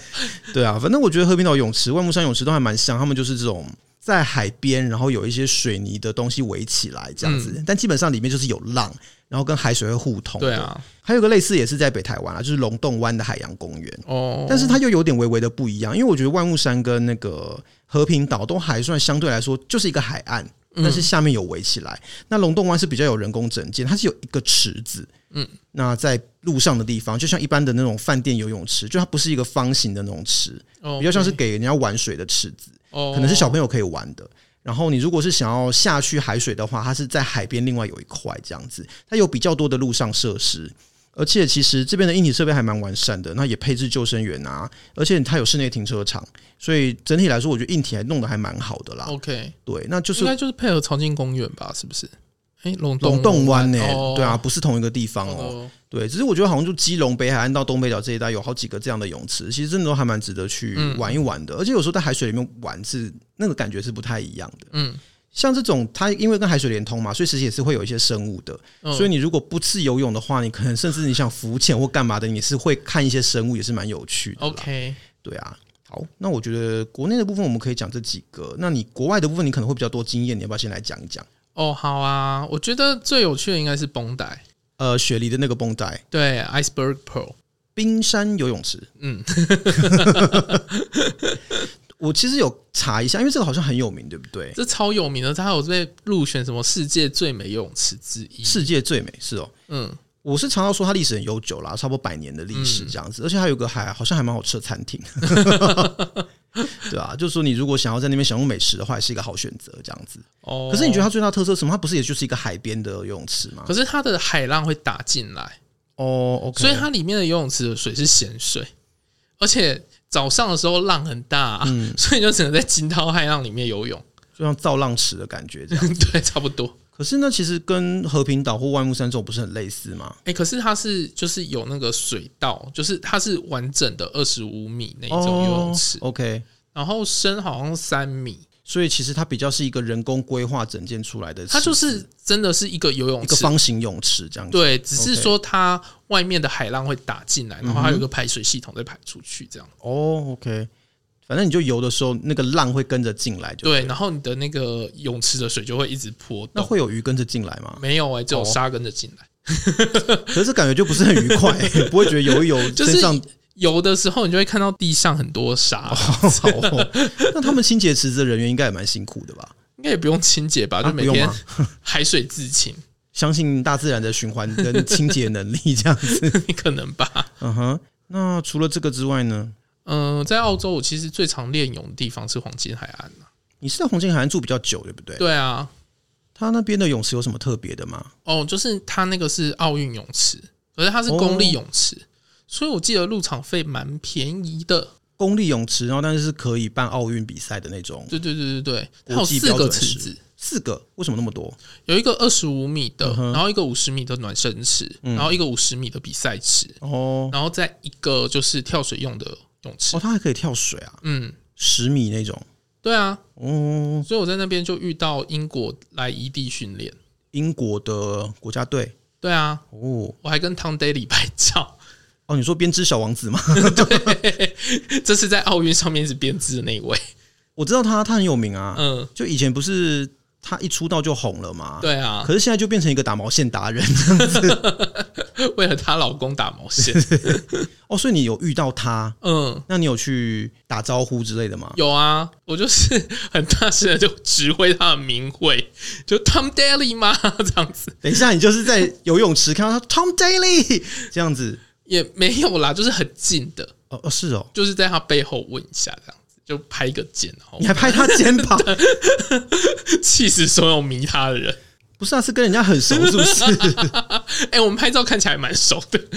[SPEAKER 2] 对啊，反正我觉得和平岛泳池、万木山泳池都还蛮像，他们就是这种在海边，然后有一些水泥的东西围起来这样子，但基本上里面就是有浪，然后跟海水会互通。
[SPEAKER 1] 嗯对。啊，
[SPEAKER 2] 还有个类似也是在北台湾啊，就是龙洞湾的海洋公园，
[SPEAKER 1] 哦，
[SPEAKER 2] 但是它又有点微微的不一样，因为我觉得万木山跟那个和平岛都还算相对来说就是一个海岸，
[SPEAKER 1] 嗯
[SPEAKER 2] 但是下面有围起来。那龙洞湾是比较有人工整建，它是有一个池子，
[SPEAKER 1] 嗯
[SPEAKER 2] 嗯，那在路上的地方，就像一般的那种饭店游泳池，就它不是一个方形的那种池，
[SPEAKER 1] 哦
[SPEAKER 2] 比较像是给人家玩水的池子，
[SPEAKER 1] 哦
[SPEAKER 2] 可能是小朋友可以玩的。然后你如果是想要下去海水的话，它是在海边另外有一块这样子，它有比较多的陆上设施。而且其实这边的硬体设备还蛮完善的，那也配置救生员啊，而且它有室内停车场，所以整体来说，我觉得硬体还弄得还蛮好的啦。
[SPEAKER 1] OK，
[SPEAKER 2] 对，那就是
[SPEAKER 1] 哦应该就是配合潮境公园吧？是不是？哎，龙
[SPEAKER 2] 龙
[SPEAKER 1] 洞
[SPEAKER 2] 洞湾呢、
[SPEAKER 1] 哦
[SPEAKER 2] 对啊，，不是同一个地方哦。
[SPEAKER 1] 哦，
[SPEAKER 2] 对，只是我觉得好像就基隆北海岸到东北角这一带有好几个这样的泳池，其实真的都还蛮值得去
[SPEAKER 1] 嗯
[SPEAKER 2] 玩一玩的。而且有时候在海水里面玩是那个感觉是不太一样的。
[SPEAKER 1] 嗯，
[SPEAKER 2] 像这种它因为跟海水连通嘛，所以其实也是会有一些生物的。
[SPEAKER 1] 嗯
[SPEAKER 2] 所以你如果不是游泳的话，你可能甚至你想浮潜或干嘛的，你是会看一些生物，也是蛮有趣的啦。
[SPEAKER 1] OK，
[SPEAKER 2] 对啊。好，那我觉得国内的部分我们可以讲这几个。那你国外的部分你可能会比较多经验，你要不要先来讲一讲？
[SPEAKER 1] 哦，好啊，我觉得最有趣的应该是绷带，
[SPEAKER 2] 呃，雪梨的那个绷带，
[SPEAKER 1] 对，Iceberg Pearl，
[SPEAKER 2] 冰山游泳池，
[SPEAKER 1] 嗯，
[SPEAKER 2] [laughs] 我其实有查一下，因为这个好像很有名，对不对？
[SPEAKER 1] 这超有名的，它有被入选什么世界最美游泳池之一，
[SPEAKER 2] 世界最美是哦，
[SPEAKER 1] 嗯，
[SPEAKER 2] 我是查到说它历史很悠久啦，差不多百年的历史这样子，而且还有个还好像还蛮好吃的餐
[SPEAKER 1] [laughs]
[SPEAKER 2] 厅，对啊，就是说你如果想要在那边享用美食的话，也是一个好选择这样子。
[SPEAKER 1] 哦，
[SPEAKER 2] 可是你觉得它最大特色是什么？它不是也就是一个海边的游泳池吗
[SPEAKER 1] 可？是它的海浪会打进来，
[SPEAKER 2] 哦，OK，
[SPEAKER 1] 所以它里面的游泳池的水是咸水，而且早上的时候浪很大、啊
[SPEAKER 2] 嗯
[SPEAKER 1] 所以你就只能在惊涛骇浪里面游泳。 [laughs]
[SPEAKER 2] 就像造浪池的感觉这样。
[SPEAKER 1] 对，差不多。
[SPEAKER 2] 可是呢，其实跟和平岛或万木山这种不是很类似吗？
[SPEAKER 1] 哎、可是它是就是有那个水道，就是它是完整的二十五米那种
[SPEAKER 2] 哦
[SPEAKER 1] 游泳池，
[SPEAKER 2] o k
[SPEAKER 1] 然后深好像三米，
[SPEAKER 2] 所以其实它比较是一个人工规划整建出来的池子，
[SPEAKER 1] 它就是真的是一个游泳
[SPEAKER 2] 一
[SPEAKER 1] 池，
[SPEAKER 2] 个方形泳池这样子。
[SPEAKER 1] 对，只是
[SPEAKER 2] OK 嗯
[SPEAKER 1] 说它外面的海浪会打进来，然后它有一个排水系统再排出去，这样。
[SPEAKER 2] 哦，OK，反正你就游的时候，那个浪会跟着进来就，
[SPEAKER 1] 对，然后你的那个泳池的水就会一直波
[SPEAKER 2] 那
[SPEAKER 1] 动。
[SPEAKER 2] 会有鱼跟着进来吗？
[SPEAKER 1] 没有哎、只有
[SPEAKER 2] 哦
[SPEAKER 1] 沙跟着进来。
[SPEAKER 2] 可是感觉就不是很愉
[SPEAKER 1] [laughs]
[SPEAKER 2] 快、不会觉得游一游
[SPEAKER 1] 就是
[SPEAKER 2] 身上
[SPEAKER 1] 游的时候，你就会看到地上很多沙，
[SPEAKER 2] 哦潮、 [laughs] 那他们清洁池子的人员应该也蛮辛苦的吧？
[SPEAKER 1] 应该也不用清洁吧？
[SPEAKER 2] 啊
[SPEAKER 1] 就每
[SPEAKER 2] 不用
[SPEAKER 1] 天
[SPEAKER 2] 吗
[SPEAKER 1] [laughs] 海水自清， [laughs]
[SPEAKER 2] 相信大自然的循环跟清洁能力这样
[SPEAKER 1] [laughs]
[SPEAKER 2] 子。
[SPEAKER 1] 你可能吧。
[SPEAKER 2] 嗯哼，那除了这个之外呢？
[SPEAKER 1] 嗯、在澳洲，我其实最常练泳的地方是黄金海岸、啊、
[SPEAKER 2] 你是在红金海岸住比较久，对不对？
[SPEAKER 1] 对啊，
[SPEAKER 2] 它那边的泳池有什么特别的吗？
[SPEAKER 1] 哦，就是它那个是奥运泳池，可是它
[SPEAKER 2] 哦
[SPEAKER 1] 是公立泳池，所以我记得入场费蛮便宜的。
[SPEAKER 2] 公立泳池，然后但是是可以办奥运比赛的那种，
[SPEAKER 1] 对对对对对，它有
[SPEAKER 2] 国际
[SPEAKER 1] 四
[SPEAKER 2] 标
[SPEAKER 1] 个
[SPEAKER 2] 准
[SPEAKER 1] 池
[SPEAKER 2] 池
[SPEAKER 1] 子，
[SPEAKER 2] 四个，为什么那么多？
[SPEAKER 1] 有一个二十五米的
[SPEAKER 2] 嗯，哼嗯
[SPEAKER 1] 然后一个五十米的暖身池，然后一个五十米的比赛池，
[SPEAKER 2] 哦
[SPEAKER 1] 然后再一个就是跳水用的泳池
[SPEAKER 2] 哦，。它还可以跳水啊，
[SPEAKER 1] 嗯，
[SPEAKER 2] 十米那种。
[SPEAKER 1] 对啊，
[SPEAKER 2] 哦，
[SPEAKER 1] 所以我在那边就遇到英国来异地训练。
[SPEAKER 2] 英国的国家队
[SPEAKER 1] 对啊，
[SPEAKER 2] 哦
[SPEAKER 1] 我还跟 Tom Daly 拍照，
[SPEAKER 2] 哦，你说编织小王子吗？ [laughs]
[SPEAKER 1] 这是在奥运上面是编织的那一位。
[SPEAKER 2] 我知道他，他很有名啊。
[SPEAKER 1] 嗯，
[SPEAKER 2] 就以前不是他一出道就红了嘛，
[SPEAKER 1] 对啊，
[SPEAKER 2] 可是现在就变成一个打毛线达人 [laughs]
[SPEAKER 1] 为了她老公打毛
[SPEAKER 2] [laughs]
[SPEAKER 1] 线。
[SPEAKER 2] 哦。所以你有遇到他，
[SPEAKER 1] 嗯，
[SPEAKER 2] 那你有去打招呼之类的吗？
[SPEAKER 1] 有啊，我就是很大声的就指挥他的名讳，就 Tom Daly 吗？ [laughs] 这样子。
[SPEAKER 2] 等一下，你就是在游泳池看到他 Tom Daly [laughs] 这样子。
[SPEAKER 1] 也没有啦，就是很近的，
[SPEAKER 2] 哦哦，是哦，
[SPEAKER 1] 就是在他背后问一下，这样子就拍一个肩，然
[SPEAKER 2] [laughs]
[SPEAKER 1] 后
[SPEAKER 2] 你还拍他肩
[SPEAKER 1] [laughs]
[SPEAKER 2] 膀？
[SPEAKER 1] 气死所有迷他的人。
[SPEAKER 2] 不是啊，是跟人家很熟，是不是？
[SPEAKER 1] 哎、我们拍照看起来蛮熟的，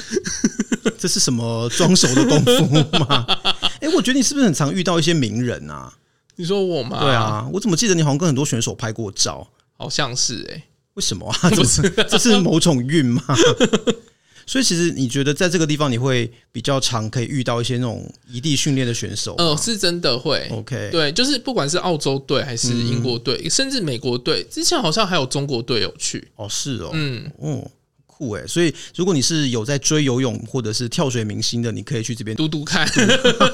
[SPEAKER 2] 这是什么装熟的功夫吗？ [laughs] 哎、我觉得你是不是很常遇到一些名人啊？
[SPEAKER 1] 你说我吗？
[SPEAKER 2] 对，啊，我怎么记得你好像跟很多选手拍过照？
[SPEAKER 1] 好像是哎、
[SPEAKER 2] 为什么啊？
[SPEAKER 1] [laughs]
[SPEAKER 2] 怎么这是某种运吗？ [laughs] 所以其实你觉得在这个地方你会比较常可以遇到一些那种异地训练的选手吗、哦
[SPEAKER 1] 呃，是真的会。
[SPEAKER 2] o k
[SPEAKER 1] 对，就是不管是澳洲队还是英
[SPEAKER 2] 嗯
[SPEAKER 1] 国队，甚至美国队，之前好像还有中国队有去。
[SPEAKER 2] 哦是哦，
[SPEAKER 1] 嗯，
[SPEAKER 2] 哦酷哎，所以如果你是有在追游泳或者是跳水明星的，你可以去这边
[SPEAKER 1] 读读看，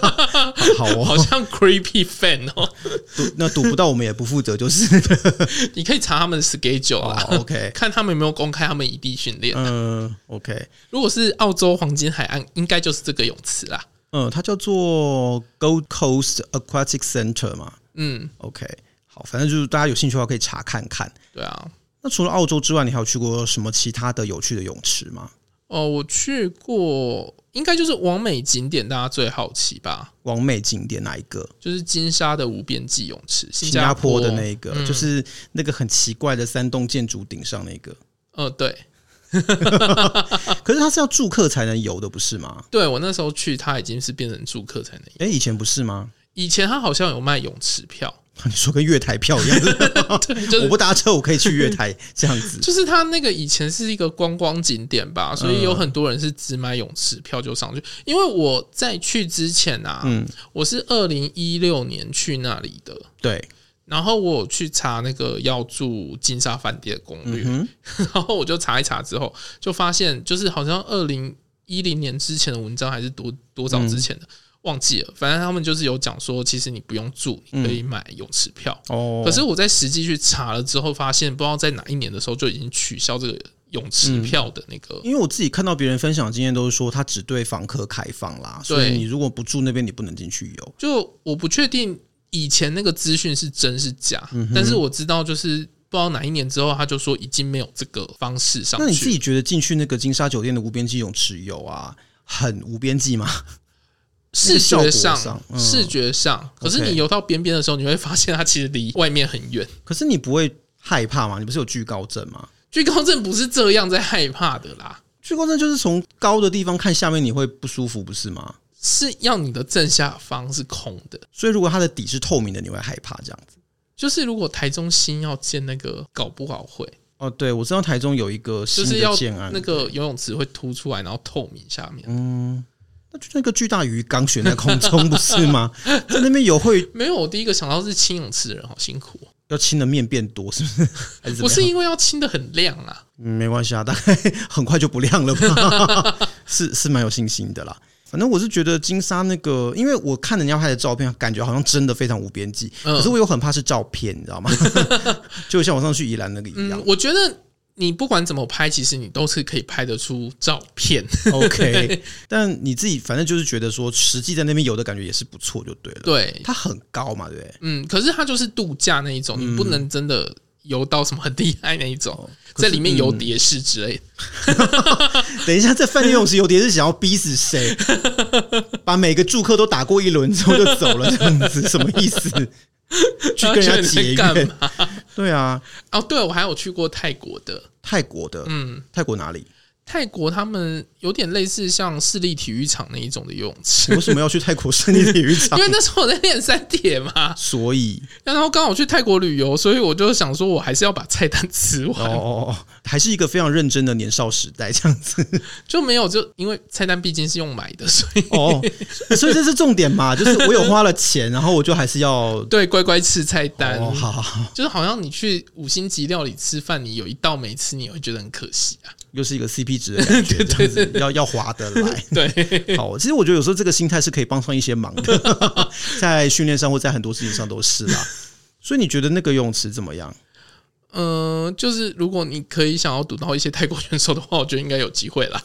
[SPEAKER 2] [laughs] 好
[SPEAKER 1] 好
[SPEAKER 2] 哦，
[SPEAKER 1] 像 creepy fan 哦，
[SPEAKER 2] 赌 [laughs] 那赌不到我们也不负责，
[SPEAKER 1] [laughs]
[SPEAKER 2] 就是
[SPEAKER 1] 你可以查他们的 schedule
[SPEAKER 2] 哦
[SPEAKER 1] 啦，
[SPEAKER 2] [laughs] OK，
[SPEAKER 1] 看他们有没有公开他们异地训练。
[SPEAKER 2] 嗯 OK，
[SPEAKER 1] 如果是澳洲黄金海岸，应该就是这个泳池啦。
[SPEAKER 2] 嗯，它叫做 Gold Coast Aquatic Center 嘛
[SPEAKER 1] 嗯，
[SPEAKER 2] ，OK，好，反正就是大家有兴趣的话可以查看看。
[SPEAKER 1] 对啊，
[SPEAKER 2] 那除了澳洲之外，你还有去过什么其他的有趣的泳池吗？
[SPEAKER 1] 哦，我去过，应该就是完美景点，大家最好奇吧？
[SPEAKER 2] 完美景点哪一个？
[SPEAKER 1] 就是金沙的无边际泳池，
[SPEAKER 2] 新
[SPEAKER 1] 加
[SPEAKER 2] 加坡的那一个，
[SPEAKER 1] 嗯
[SPEAKER 2] 就是那个很奇怪的三栋建筑顶上那个。
[SPEAKER 1] 呃，对，
[SPEAKER 2] 可是它是要住客才能游的，不是吗？
[SPEAKER 1] 对我那时候去，它已经是变成住客才能赢。
[SPEAKER 2] 哎、以前不是吗？ [laughs]
[SPEAKER 1] 以前它好像有卖泳池票，
[SPEAKER 2] 你说跟月台票一样，
[SPEAKER 1] [laughs] 对，就
[SPEAKER 2] 我
[SPEAKER 1] 是
[SPEAKER 2] 不搭车，我可以去月台这样子。
[SPEAKER 1] 就是它那个以前是一个观光景点吧，所以有
[SPEAKER 2] 嗯
[SPEAKER 1] 很多人是只买泳池票就上去。因为我在去之前啊，
[SPEAKER 2] 嗯
[SPEAKER 1] 我是二零一六年去那里的，
[SPEAKER 2] 对，
[SPEAKER 1] 然后我有去查那个要住金沙饭店的攻略，
[SPEAKER 2] 嗯
[SPEAKER 1] 然后我就查一查之后，就发现就是好像二零一零年之前的文章还是多多早
[SPEAKER 2] 嗯
[SPEAKER 1] 之前的、忘记了，反正他们就是有讲说，其实你不用住，你可以买泳池票。
[SPEAKER 2] 嗯哦，
[SPEAKER 1] 可是我在实际去查了之后，发现不知道在哪一年的时候就已经取消这个泳
[SPEAKER 2] 嗯
[SPEAKER 1] 池票的那个。
[SPEAKER 2] 因为我自己看到别人分享的经验，都是说它只对房客开放啦，所以
[SPEAKER 1] 对
[SPEAKER 2] 你如果不住那边，你不能进去游。
[SPEAKER 1] 就我不确定以前那个资讯是真是假，
[SPEAKER 2] 嗯
[SPEAKER 1] 但是我知道就是。不知道哪一年之后，他就说已经没有这个方式上去了。
[SPEAKER 2] 那你自己觉得进去那个金沙酒店的无边际泳池游啊，很无边际吗？ [laughs]
[SPEAKER 1] 视觉上
[SPEAKER 2] 那个效果上，嗯
[SPEAKER 1] 视觉上，可是
[SPEAKER 2] OK
[SPEAKER 1] 你游到边边的时候，你会发现它其实离外面很
[SPEAKER 2] [laughs]
[SPEAKER 1] 远。
[SPEAKER 2] 可是你不会害怕吗？你不是有惧高症吗？
[SPEAKER 1] 惧高症不是这样在害怕的啦，
[SPEAKER 2] 惧高症就是从高的地方看下面你会不舒服，不是吗？
[SPEAKER 1] 是要你的正下方是空的。
[SPEAKER 2] 所以如果它的底是透明的，你会害怕这样子。
[SPEAKER 1] 就是如果台中新要建那个，搞不好会
[SPEAKER 2] 哦，对，我知道台中有一个
[SPEAKER 1] 就
[SPEAKER 2] 新
[SPEAKER 1] 是要
[SPEAKER 2] 的建案，嗯
[SPEAKER 1] 那个游泳池会凸出来，然后透明下面。
[SPEAKER 2] 那就那个巨大鱼缸悬在空中，不是
[SPEAKER 1] [laughs]
[SPEAKER 2] 吗？在那边游会
[SPEAKER 1] 没有，我第一个想到是清泳池的人好辛苦哦，
[SPEAKER 2] 要清的面变多，是不是？还是怎
[SPEAKER 1] 不
[SPEAKER 2] 么
[SPEAKER 1] 是
[SPEAKER 2] 样？
[SPEAKER 1] 因为要清的很亮啊，
[SPEAKER 2] 嗯没关系啊，大 [laughs] 概很快就不亮了吧？ [laughs] 是是蛮有信心的啦。反正我是觉得金沙那个，因为我看人家拍的照片，感觉好像真的非常无边际。
[SPEAKER 1] 嗯
[SPEAKER 2] 可是我又很怕是照片，你知道吗？ [laughs] 就像我上次去宜兰那个一样
[SPEAKER 1] 嗯。，我觉得你不管怎么拍，其实你都是可以拍得出照
[SPEAKER 2] [laughs]
[SPEAKER 1] 片。
[SPEAKER 2] OK，但你自己反正就是觉得说，实际在那边游的感觉也是不错，就对了。
[SPEAKER 1] 对，
[SPEAKER 2] 它很高嘛，对不对？
[SPEAKER 1] 嗯，可是它就是度假那一
[SPEAKER 2] 嗯
[SPEAKER 1] 种，你不能真的游到什么很厉害那一种，
[SPEAKER 2] 哦可
[SPEAKER 1] 在
[SPEAKER 2] 是嗯
[SPEAKER 1] 里面游蝶式之类的。 [laughs]
[SPEAKER 2] 等一下，在饭店泳池有点是想要逼死谁，把每个住客都打过一轮之后就走了，这样子什么
[SPEAKER 1] [laughs]
[SPEAKER 2] 意思？去跟人
[SPEAKER 1] 他觉得
[SPEAKER 2] 家结
[SPEAKER 1] 你在
[SPEAKER 2] 怨？对啊，
[SPEAKER 1] 哦，对，我还有去过泰国的，
[SPEAKER 2] 泰国的，
[SPEAKER 1] 嗯，
[SPEAKER 2] 泰国哪里？
[SPEAKER 1] 泰国他们有点类似像市立体育场那一种的游泳
[SPEAKER 2] [laughs]
[SPEAKER 1] 池，
[SPEAKER 2] 为什么要去泰国胜利体育场
[SPEAKER 1] [laughs] 因？为那时候我在练三铁嘛，
[SPEAKER 2] 所以，
[SPEAKER 1] 然后刚好去泰国旅游，所以我就想说我还是要把菜单吃
[SPEAKER 2] 哦
[SPEAKER 1] 完，
[SPEAKER 2] 哦
[SPEAKER 1] [laughs]
[SPEAKER 2] 哦，还是一个非常认真的年少时代这样子。
[SPEAKER 1] 就没有就因为菜单毕竟是用买的，所以
[SPEAKER 2] 哦，所以这是重点嘛，就是我有花了钱，然后我就还是要。
[SPEAKER 1] [laughs] 对乖乖吃菜单。
[SPEAKER 2] 哦，好好好，
[SPEAKER 1] 就是好像你去五星级料理吃饭，你有一道没吃，你会觉得很可惜啊。
[SPEAKER 2] 又是一个 CP 值的感
[SPEAKER 1] [laughs]
[SPEAKER 2] 觉，这样子要要划得来。
[SPEAKER 1] 对，
[SPEAKER 2] 好，其实我觉得有时候这个心态是可以帮上一些忙的，在训练上或在很多事情上都是啦。所以你觉得那个游泳池怎么样？
[SPEAKER 1] 嗯，就是如果你可以想要赌到一些泰国选手的话，我觉得应该有机会啦。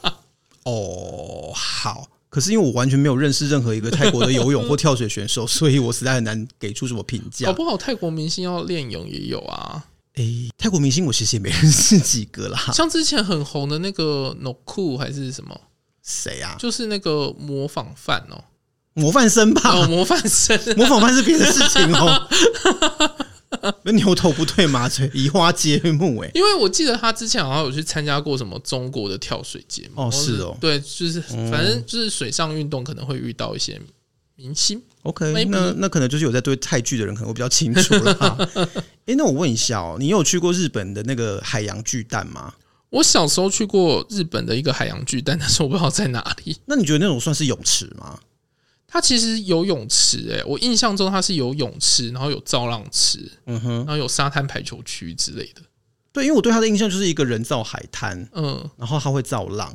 [SPEAKER 2] 哦，好。可是因为我完全没有认识任何一个泰国的游泳或跳水选手，所以我实在很难给出什么评价
[SPEAKER 1] 搞。哦不好泰国明星要练泳也有啊，
[SPEAKER 2] 诶、泰国明星我其实也没认识几个啦。
[SPEAKER 1] 像之前很红的那个 No Cool 还是什么，
[SPEAKER 2] 谁啊？
[SPEAKER 1] 就是那个模仿犯哦，
[SPEAKER 2] 模范生吧？
[SPEAKER 1] 哦模范生，
[SPEAKER 2] 模仿犯是别的事情哦。牛头不对马嘴，移花接木、诶，
[SPEAKER 1] 因为我记得他之前好像有去参加过什么中国的跳水节目
[SPEAKER 2] 哦
[SPEAKER 1] 或
[SPEAKER 2] 是哦
[SPEAKER 1] 对，就是反正就是水上运动可能会遇到一些明星，
[SPEAKER 2] OK，
[SPEAKER 1] Maybe
[SPEAKER 2] 那那可能就是有在对泰剧的人可能会比较清楚
[SPEAKER 1] [laughs]
[SPEAKER 2] 了哈。哎、那我问一下哦，你有去过日本的那个海洋巨蛋吗？
[SPEAKER 1] 我小时候去过日本的一个海洋剧，但那时候我不知道在哪里。
[SPEAKER 2] 那你觉得那种算是泳池吗？
[SPEAKER 1] 它其实有泳池、欸，我印象中它是有泳池，然后有造浪池，
[SPEAKER 2] 嗯哼，
[SPEAKER 1] 然后有沙滩排球区之类的。
[SPEAKER 2] 对，因为我对它的印象就是一个人造海滩，
[SPEAKER 1] 嗯，
[SPEAKER 2] 然后它会造浪。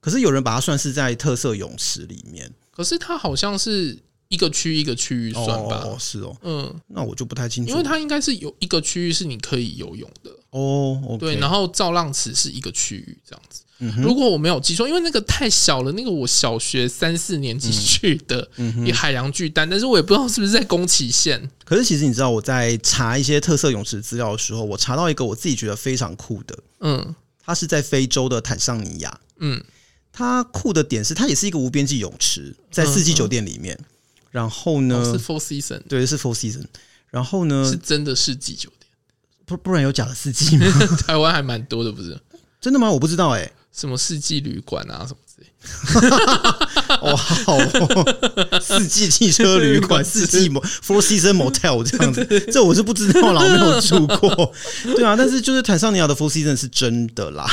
[SPEAKER 2] 可是有人把它算是在特色泳池里面，
[SPEAKER 1] 可是它好像是一个区一个区域算吧。
[SPEAKER 2] 哦，是哦，
[SPEAKER 1] 嗯，
[SPEAKER 2] 那我就不太清楚。
[SPEAKER 1] 因为它应该是有一个区域是你可以游泳的，
[SPEAKER 2] 哦，OK，
[SPEAKER 1] 对，然后造浪池是一个区域这样子。
[SPEAKER 2] 嗯
[SPEAKER 1] 如果我没有记错，因为那个太小了，那个我小学三四年级去的
[SPEAKER 2] 嗯
[SPEAKER 1] 一海洋巨蛋，但是我也不知道是不是在宫崎县。
[SPEAKER 2] 可是其实你知道，我在查一些特色泳池资料的时候，我查到一个我自己觉得非常酷的，
[SPEAKER 1] 嗯
[SPEAKER 2] 它是在非洲的坦桑尼亚。
[SPEAKER 1] 嗯，
[SPEAKER 2] 它酷的点是，它也是一个无边际泳池，在四季酒店里面。然后呢，
[SPEAKER 1] 哦是 Four Season，
[SPEAKER 2] 对，是 Four Season。然后呢
[SPEAKER 1] 是，真的是季酒店，
[SPEAKER 2] 不不然有假的四季吗？
[SPEAKER 1] 台湾还蛮多的，不是？
[SPEAKER 2] [laughs] 真的吗？我不知道哎、
[SPEAKER 1] 什么世纪旅馆啊，什么之类的。
[SPEAKER 2] 哦，好哦，四季汽车旅馆、四季 mo- Four Season Motel 这样子，这我是不知道啦，我没有住过。对啊，但是就是坦桑尼亚的 Four Season 是真的啦。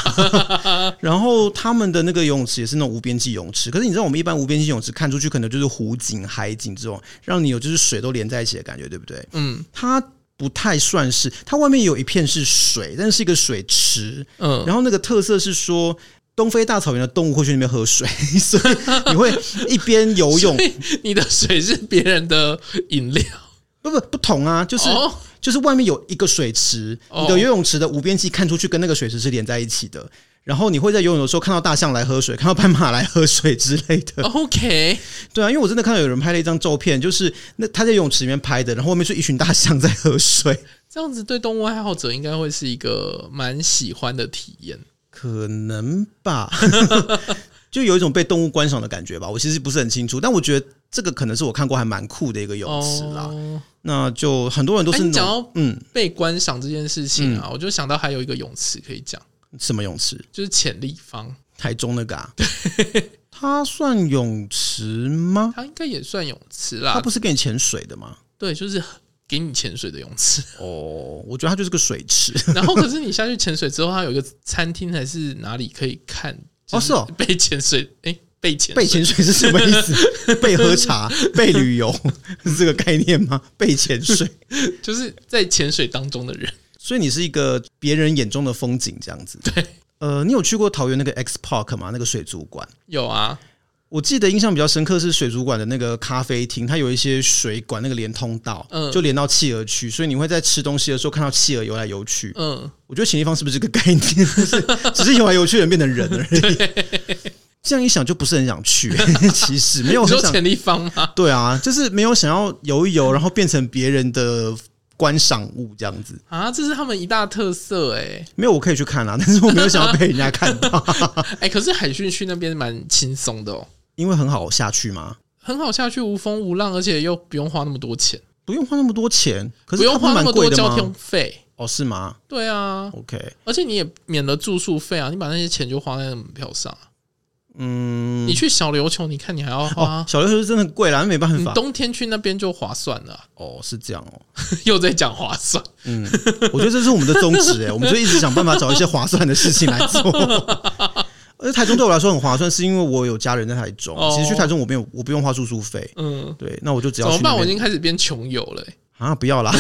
[SPEAKER 2] 然后他们的那个游泳池也是那种无边际泳池，可是你知道我们一般无边际泳池看出去可能就是湖景、海景这种，让你有就是水都连在一起的感觉，对不对？
[SPEAKER 1] 嗯
[SPEAKER 2] 它不太算是，它外面有一片是水，但是是一个水池，
[SPEAKER 1] 嗯，
[SPEAKER 2] 然后那个特色是说，东非大草原的动物会去那边喝水， [laughs] 所以你会一边游泳，
[SPEAKER 1] 你的水是别人的饮料，
[SPEAKER 2] 不不不同啊，就是、
[SPEAKER 1] 哦
[SPEAKER 2] 就是外面有一个水池，
[SPEAKER 1] 哦
[SPEAKER 2] 你的游泳池的无边际看出去跟那个水池是连在一起的。然后你会在游泳的时候看到大象来喝水，看到斑马来喝水之类
[SPEAKER 1] 哦
[SPEAKER 2] 的。
[SPEAKER 1] OK，
[SPEAKER 2] 对啊，因为我真的看到有人拍了一张照片，就是那他在游泳池里面拍的，然后外面是一群大象在喝水。
[SPEAKER 1] 这样子对动物爱好者应该会是一个蛮喜欢的体验。
[SPEAKER 2] 可能吧， [laughs] 就有一种被动物观赏的感觉吧。我其实不是很清楚，但我觉得这个可能是我看过还蛮酷的一个泳池啦。
[SPEAKER 1] 哦，
[SPEAKER 2] 那就很多人都
[SPEAKER 1] 哎
[SPEAKER 2] 是
[SPEAKER 1] 你
[SPEAKER 2] 那
[SPEAKER 1] 讲
[SPEAKER 2] 种
[SPEAKER 1] 到
[SPEAKER 2] 嗯
[SPEAKER 1] 被观赏这件事情啊，我就想到还有一个泳池可以讲，
[SPEAKER 2] 什么泳池，
[SPEAKER 1] 就是潜立方，
[SPEAKER 2] 台中那个
[SPEAKER 1] [laughs]
[SPEAKER 2] 啊，它算泳池吗？
[SPEAKER 1] 它应该也算泳池
[SPEAKER 2] 它
[SPEAKER 1] 啦。
[SPEAKER 2] 不是给你潜水的吗？
[SPEAKER 1] 对，就是给你潜水的泳池。 [laughs]
[SPEAKER 2] 哦，我觉得它就是个水池。
[SPEAKER 1] 然后可是你下去潜水之后，它有一个餐厅还是哪里可以看？
[SPEAKER 2] 哦是哦，
[SPEAKER 1] 被潜水，哎、被潜
[SPEAKER 2] 被潜水是什么意
[SPEAKER 1] [laughs]
[SPEAKER 2] 思？被喝茶、被旅游 [laughs] 是这个概念吗？被潜水，
[SPEAKER 1] 就是在潜水当中的人。
[SPEAKER 2] 所以你是一个别人眼中的风景这样子。
[SPEAKER 1] 对，
[SPEAKER 2] 呃，你有去过桃园那个 X Park 吗？那个水族馆？
[SPEAKER 1] 有啊，
[SPEAKER 2] 我记得印象比较深刻是水族馆的那个咖啡厅，它有一些水管那个连通道，
[SPEAKER 1] 嗯
[SPEAKER 2] 就连到企鹅区，所以你会在吃东西的时候看到企鹅游来游去。
[SPEAKER 1] 嗯，
[SPEAKER 2] 我觉得潜立方是不是这个概念？就是只是游来游去的人变成人
[SPEAKER 1] [laughs]
[SPEAKER 2] 而已。这样一想就不是很想去、其实没有
[SPEAKER 1] 你
[SPEAKER 2] 很
[SPEAKER 1] 说
[SPEAKER 2] 想。
[SPEAKER 1] 潜立方吗？
[SPEAKER 2] 对啊，就是没有想要游一游，然后变成别人的观赏物这样子。
[SPEAKER 1] 啊，这是他们一大特色哎、
[SPEAKER 2] 没有，我可以去看啊，但是我没有想要被人家看到，
[SPEAKER 1] [laughs] 哎、可是海训去那边蛮轻松的哦，
[SPEAKER 2] 因为很好下去嘛。
[SPEAKER 1] 很好下去，无风无浪，而且又不用花那么多钱，
[SPEAKER 2] 不用花那么多钱，可
[SPEAKER 1] 不
[SPEAKER 2] 是
[SPEAKER 1] 用
[SPEAKER 2] 它不
[SPEAKER 1] 花那
[SPEAKER 2] 是蛮
[SPEAKER 1] 么多
[SPEAKER 2] 贵的
[SPEAKER 1] 交通
[SPEAKER 2] 吗？
[SPEAKER 1] 费。
[SPEAKER 2] 哦，是吗
[SPEAKER 1] 对啊，
[SPEAKER 2] ？OK，
[SPEAKER 1] 而且你也免了住宿费啊，你把那些钱就花在那门票上啊、
[SPEAKER 2] 嗯，
[SPEAKER 1] 你去小琉球，你看你还要花，
[SPEAKER 2] 哦，小琉球是真的很贵啦，那没办
[SPEAKER 1] 你
[SPEAKER 2] 法。
[SPEAKER 1] 冬天去那边就划算了啊、 [laughs]
[SPEAKER 2] 哦，是这样哦，
[SPEAKER 1] 又在讲划算。
[SPEAKER 2] 嗯，我觉得这是我们的宗旨
[SPEAKER 1] [laughs]
[SPEAKER 2] 哎，我们就一直想办法找一些划算的事情来做。 [laughs] 而且台中对我啊来说很划算，是因为我有家人在台中。
[SPEAKER 1] 哦
[SPEAKER 2] 其实去台中我没有，我不用花住
[SPEAKER 1] [laughs]
[SPEAKER 2] 宿费。
[SPEAKER 1] 嗯，
[SPEAKER 2] 对，那我就只
[SPEAKER 1] 怎
[SPEAKER 2] 要
[SPEAKER 1] 么
[SPEAKER 2] 去那
[SPEAKER 1] 办？我已
[SPEAKER 2] 边
[SPEAKER 1] 经开始变穷游了、欸，
[SPEAKER 2] 啊，不
[SPEAKER 1] [laughs]
[SPEAKER 2] 要啦，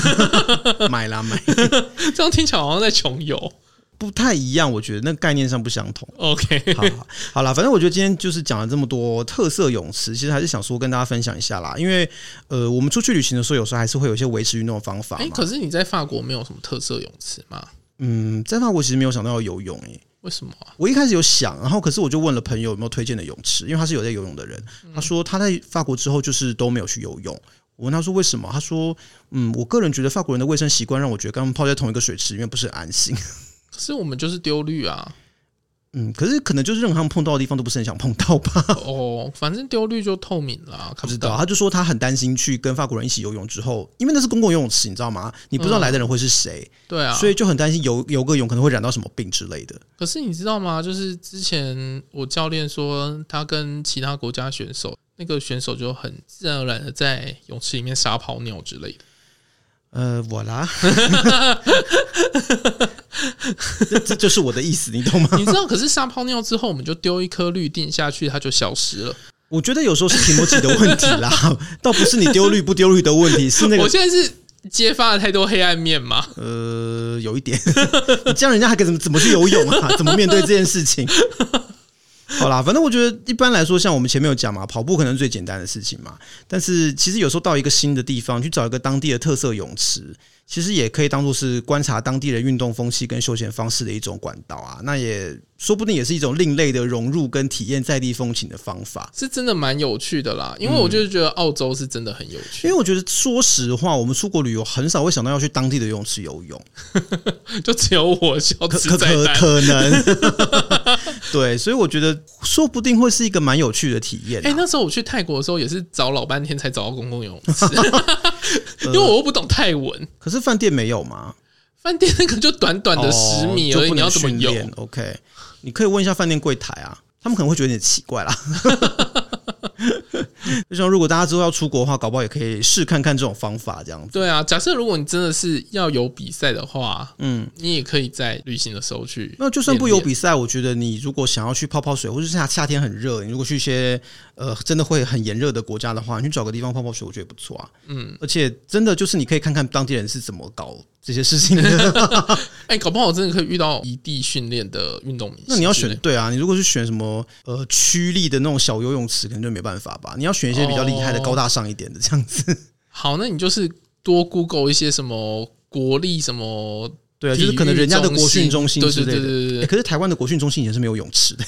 [SPEAKER 2] 买啦买， [laughs]
[SPEAKER 1] 这样听起来好像在穷游。
[SPEAKER 2] 不太一样，我觉得那个概念上不相同。 [laughs]
[SPEAKER 1] OK，
[SPEAKER 2] 好好好啦，反正我觉得今天就是讲了这么多特色泳池，其实还是想说跟大家分享一下啦，因为呃，我们出去旅行的时候，有时候还是会有一些维持运动的方法
[SPEAKER 1] 哎、
[SPEAKER 2] 嘛。
[SPEAKER 1] 可是你在法国没有什么特色泳池吗？
[SPEAKER 2] 嗯，在法国其实没有想到要游泳诶、
[SPEAKER 1] 为什么啊？
[SPEAKER 2] 我一开始有想，然后可是我就问了朋友有没有推荐的泳池，因为他是有在游泳的人，
[SPEAKER 1] 嗯
[SPEAKER 2] 他说他在法国之后就是都没有去游泳。我问他说为什么？他说：“嗯，我个人觉得法国人的卫生习惯让我觉得跟他们泡在同一个水池里面不是很安心。
[SPEAKER 1] 可是我们就是丢绿
[SPEAKER 2] [laughs]
[SPEAKER 1] 啊。
[SPEAKER 2] 嗯，可是可能就是任何他们碰到的地方都不是很想碰到吧。
[SPEAKER 1] 哦，反正丢绿就透明啦，
[SPEAKER 2] 不
[SPEAKER 1] 看
[SPEAKER 2] 知
[SPEAKER 1] 不
[SPEAKER 2] 道，
[SPEAKER 1] 到。
[SPEAKER 2] 他就说他很担心去跟法国人一起游泳之后，因为那是公共游泳池，你知道吗？你不知道来的人会是谁，
[SPEAKER 1] 对啊，
[SPEAKER 2] 所以就很担心游游个泳可能会染到什么病之类的。
[SPEAKER 1] 可是你知道吗？就是之前我教练说，他跟其他国家选手，那个选手就很自然而然的在泳池里面撒泡尿之类的。
[SPEAKER 2] [laughs] 呃，我啦，这这就是我的意思，你懂吗？
[SPEAKER 1] 你知道，可是撒泡尿之后，我们就丢一颗绿靛下去，它就消失了。
[SPEAKER 2] 我觉得有时候是提莫吉的问题啦，倒不是你丢绿不丢绿的问题，是 [laughs] 那
[SPEAKER 1] 我
[SPEAKER 2] 个
[SPEAKER 1] 现在是揭发了太多黑暗面嘛？
[SPEAKER 2] 呃，有一点， [laughs] 你这样人家还可以怎么怎么去游泳啊？怎么面对这件事情？好啦，反正我觉得一般来说，像我们前面有讲嘛，跑步可能是最简单的事情嘛。但是其实有时候到一个新的地方，去找一个当地的特色泳池，其实也可以当做是观察当地的运动风气跟休闲方式的一种管道啊。那也说不定也是一种另类的融入跟体验在地风情的方法。
[SPEAKER 1] 是真的蛮有趣的啦，因为我就是觉得澳洲是真的很有
[SPEAKER 2] 因
[SPEAKER 1] 趣，
[SPEAKER 2] 为我觉得，说实话，我们出国旅游很少会想到要去当地的游泳池游泳。
[SPEAKER 1] 就只有我消
[SPEAKER 2] 可
[SPEAKER 1] 吃
[SPEAKER 2] 可
[SPEAKER 1] 在
[SPEAKER 2] 可
[SPEAKER 1] 单。
[SPEAKER 2] 可能， [laughs] 对，所以我觉得说不定会是一个蛮有趣的体验、啊。
[SPEAKER 1] 哎、那时候我去泰国的时候也是找老半天才找到公共游泳
[SPEAKER 2] [laughs]
[SPEAKER 1] 池，因为我又不懂泰文，
[SPEAKER 2] 可是饭店没有吗？
[SPEAKER 1] 饭店那个就短短的十米
[SPEAKER 2] 哦
[SPEAKER 1] 而
[SPEAKER 2] 就
[SPEAKER 1] 已，
[SPEAKER 2] 不
[SPEAKER 1] 你要
[SPEAKER 2] 能
[SPEAKER 1] 怎么
[SPEAKER 2] 训
[SPEAKER 1] 游？
[SPEAKER 2] 练？OK，你可以问一下饭店柜台啊，他们可能会觉得有点奇
[SPEAKER 1] [laughs]
[SPEAKER 2] 怪啦。就像如果大家之后要出国的话，搞不好也可以试看看这种方法，这样子。
[SPEAKER 1] 对啊，假设如果你真的是要有比赛的话，
[SPEAKER 2] 嗯，
[SPEAKER 1] 你也可以在旅行的时候去。
[SPEAKER 2] 那就算不有
[SPEAKER 1] 练
[SPEAKER 2] 比赛，我觉得你如果想要去泡泡水，或者是夏夏天很热，你如果去一些呃真的会很炎热的国家的话，你去找个地方泡泡水，我觉得也不错啊。嗯，而且真的就是你可以看看当地人是怎么搞这些事情的。
[SPEAKER 1] 练，哎、搞不好真的可以遇到异地训练的运动明星。
[SPEAKER 2] 那你要选对啊，你如果是选什么呃区力的那种小游泳池，可能就没办法吧。你要选一些比较厉害的、
[SPEAKER 1] 哦
[SPEAKER 2] 高大上一点的这样子。
[SPEAKER 1] 好，那你就是多 Google 一些什么国立什么
[SPEAKER 2] 对啊，
[SPEAKER 1] 体育
[SPEAKER 2] 就
[SPEAKER 1] 中心，
[SPEAKER 2] 是可能人家的国训中心
[SPEAKER 1] 对
[SPEAKER 2] 之
[SPEAKER 1] 对
[SPEAKER 2] 类
[SPEAKER 1] 对
[SPEAKER 2] 的。
[SPEAKER 1] 对对
[SPEAKER 2] 欸可是台湾的国训中心以前是没有泳池的，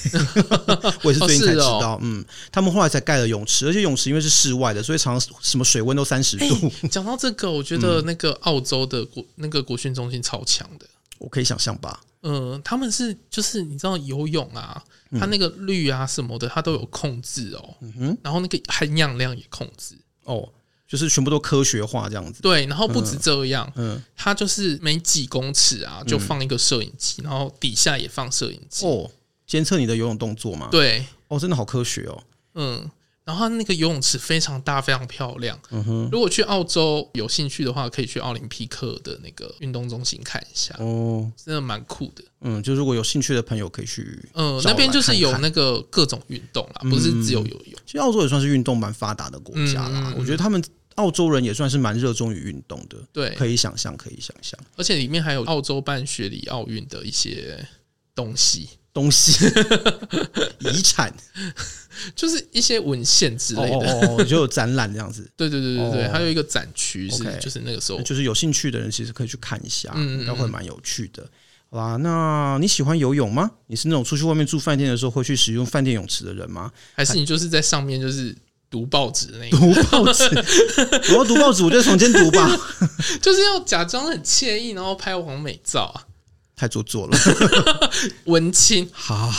[SPEAKER 2] 我也是最近才
[SPEAKER 1] 哦
[SPEAKER 2] 知道。嗯，他们后来才盖了泳池，而且泳池因为是室外的，所以常常什么水温都三十度，
[SPEAKER 1] 对。讲到这个，我觉
[SPEAKER 2] 嗯
[SPEAKER 1] 得那个澳洲的国、那个国训中心超强的。
[SPEAKER 2] 我可以想象吧。
[SPEAKER 1] 嗯，他们是就是你知道游泳啊，
[SPEAKER 2] 嗯
[SPEAKER 1] 它那个氯啊什么的，它都有控制哦。然后那个含氧量也控制。
[SPEAKER 2] 哦，就是全部都科学化这样子。
[SPEAKER 1] 对，然后不止这样，
[SPEAKER 2] 嗯，
[SPEAKER 1] 它就是每几公尺啊就放一个摄影机，然后底下也放摄影机。
[SPEAKER 2] 哦，监测你的游泳动作嘛。
[SPEAKER 1] 对，
[SPEAKER 2] 哦，真的好科学哦。
[SPEAKER 1] 嗯，然后它那个游泳池非常大，非常漂亮。
[SPEAKER 2] 嗯
[SPEAKER 1] 如果去澳洲有兴趣的话，可以去奥林匹克的那个运动中心看一下，
[SPEAKER 2] 哦，
[SPEAKER 1] 真的蛮酷的。
[SPEAKER 2] 嗯，就如果有兴趣的朋友可以去。
[SPEAKER 1] 嗯，
[SPEAKER 2] 找
[SPEAKER 1] 那边
[SPEAKER 2] 来
[SPEAKER 1] 就是
[SPEAKER 2] 看
[SPEAKER 1] 有
[SPEAKER 2] 看
[SPEAKER 1] 那个各种运动啦，不是只有游泳。
[SPEAKER 2] 其实澳洲也算是运动蛮发达的国家啦，
[SPEAKER 1] 嗯嗯嗯
[SPEAKER 2] 我觉得他们澳洲人也算是蛮热衷于运动的，
[SPEAKER 1] 对，
[SPEAKER 2] 可以想象，可以想象
[SPEAKER 1] 而且里面还有澳洲办雪里奥运的一些东西，
[SPEAKER 2] 东西 [laughs] 遗产
[SPEAKER 1] 就是一些文献之
[SPEAKER 2] 之
[SPEAKER 1] 类
[SPEAKER 2] 类
[SPEAKER 1] 的。
[SPEAKER 2] 的，哦哦就有展览这样
[SPEAKER 1] [laughs]
[SPEAKER 2] 子。
[SPEAKER 1] 对对对对对，
[SPEAKER 2] 哦
[SPEAKER 1] 还有一个展区是
[SPEAKER 2] OK 哎
[SPEAKER 1] 就是那个时候
[SPEAKER 2] 就是有兴趣的人其实可以去看一下，
[SPEAKER 1] 嗯嗯嗯
[SPEAKER 2] 应该会蛮有趣的。好啦，那你喜欢游泳吗？你是那种出去外面住饭店的时候会去使用饭店泳池的人吗？
[SPEAKER 1] 还是你就是在上面就是 [laughs] 读报纸的那个，
[SPEAKER 2] 读报纸， [laughs] 我要读报纸，我就在房间读吧，
[SPEAKER 1] 就是要假装很惬意，然后拍完美照啊，
[SPEAKER 2] 太做作了。
[SPEAKER 1] 文青。
[SPEAKER 2] 好，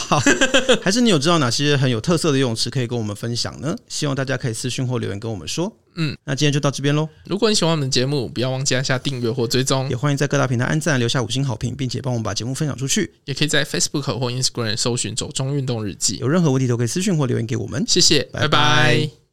[SPEAKER 2] 还是你有知道哪些很有特色的游泳池可以跟我们分享呢？希望大家可以私讯或留言跟我们说。
[SPEAKER 1] 嗯，
[SPEAKER 2] 那今天就到这边喽，
[SPEAKER 1] 如果你喜欢我们的节目，不要忘记按下订阅或追踪
[SPEAKER 2] 也，欢迎在各大平台按赞、留下五星好评，并且帮我们把节目分享出去。
[SPEAKER 1] 也可以在 Facebook 或 Instagram 搜寻“走中运动日记
[SPEAKER 2] 有任何问题都可以私讯或留言给我们”。。
[SPEAKER 1] 谢谢，
[SPEAKER 2] 拜
[SPEAKER 1] 拜
[SPEAKER 2] 拜
[SPEAKER 1] 拜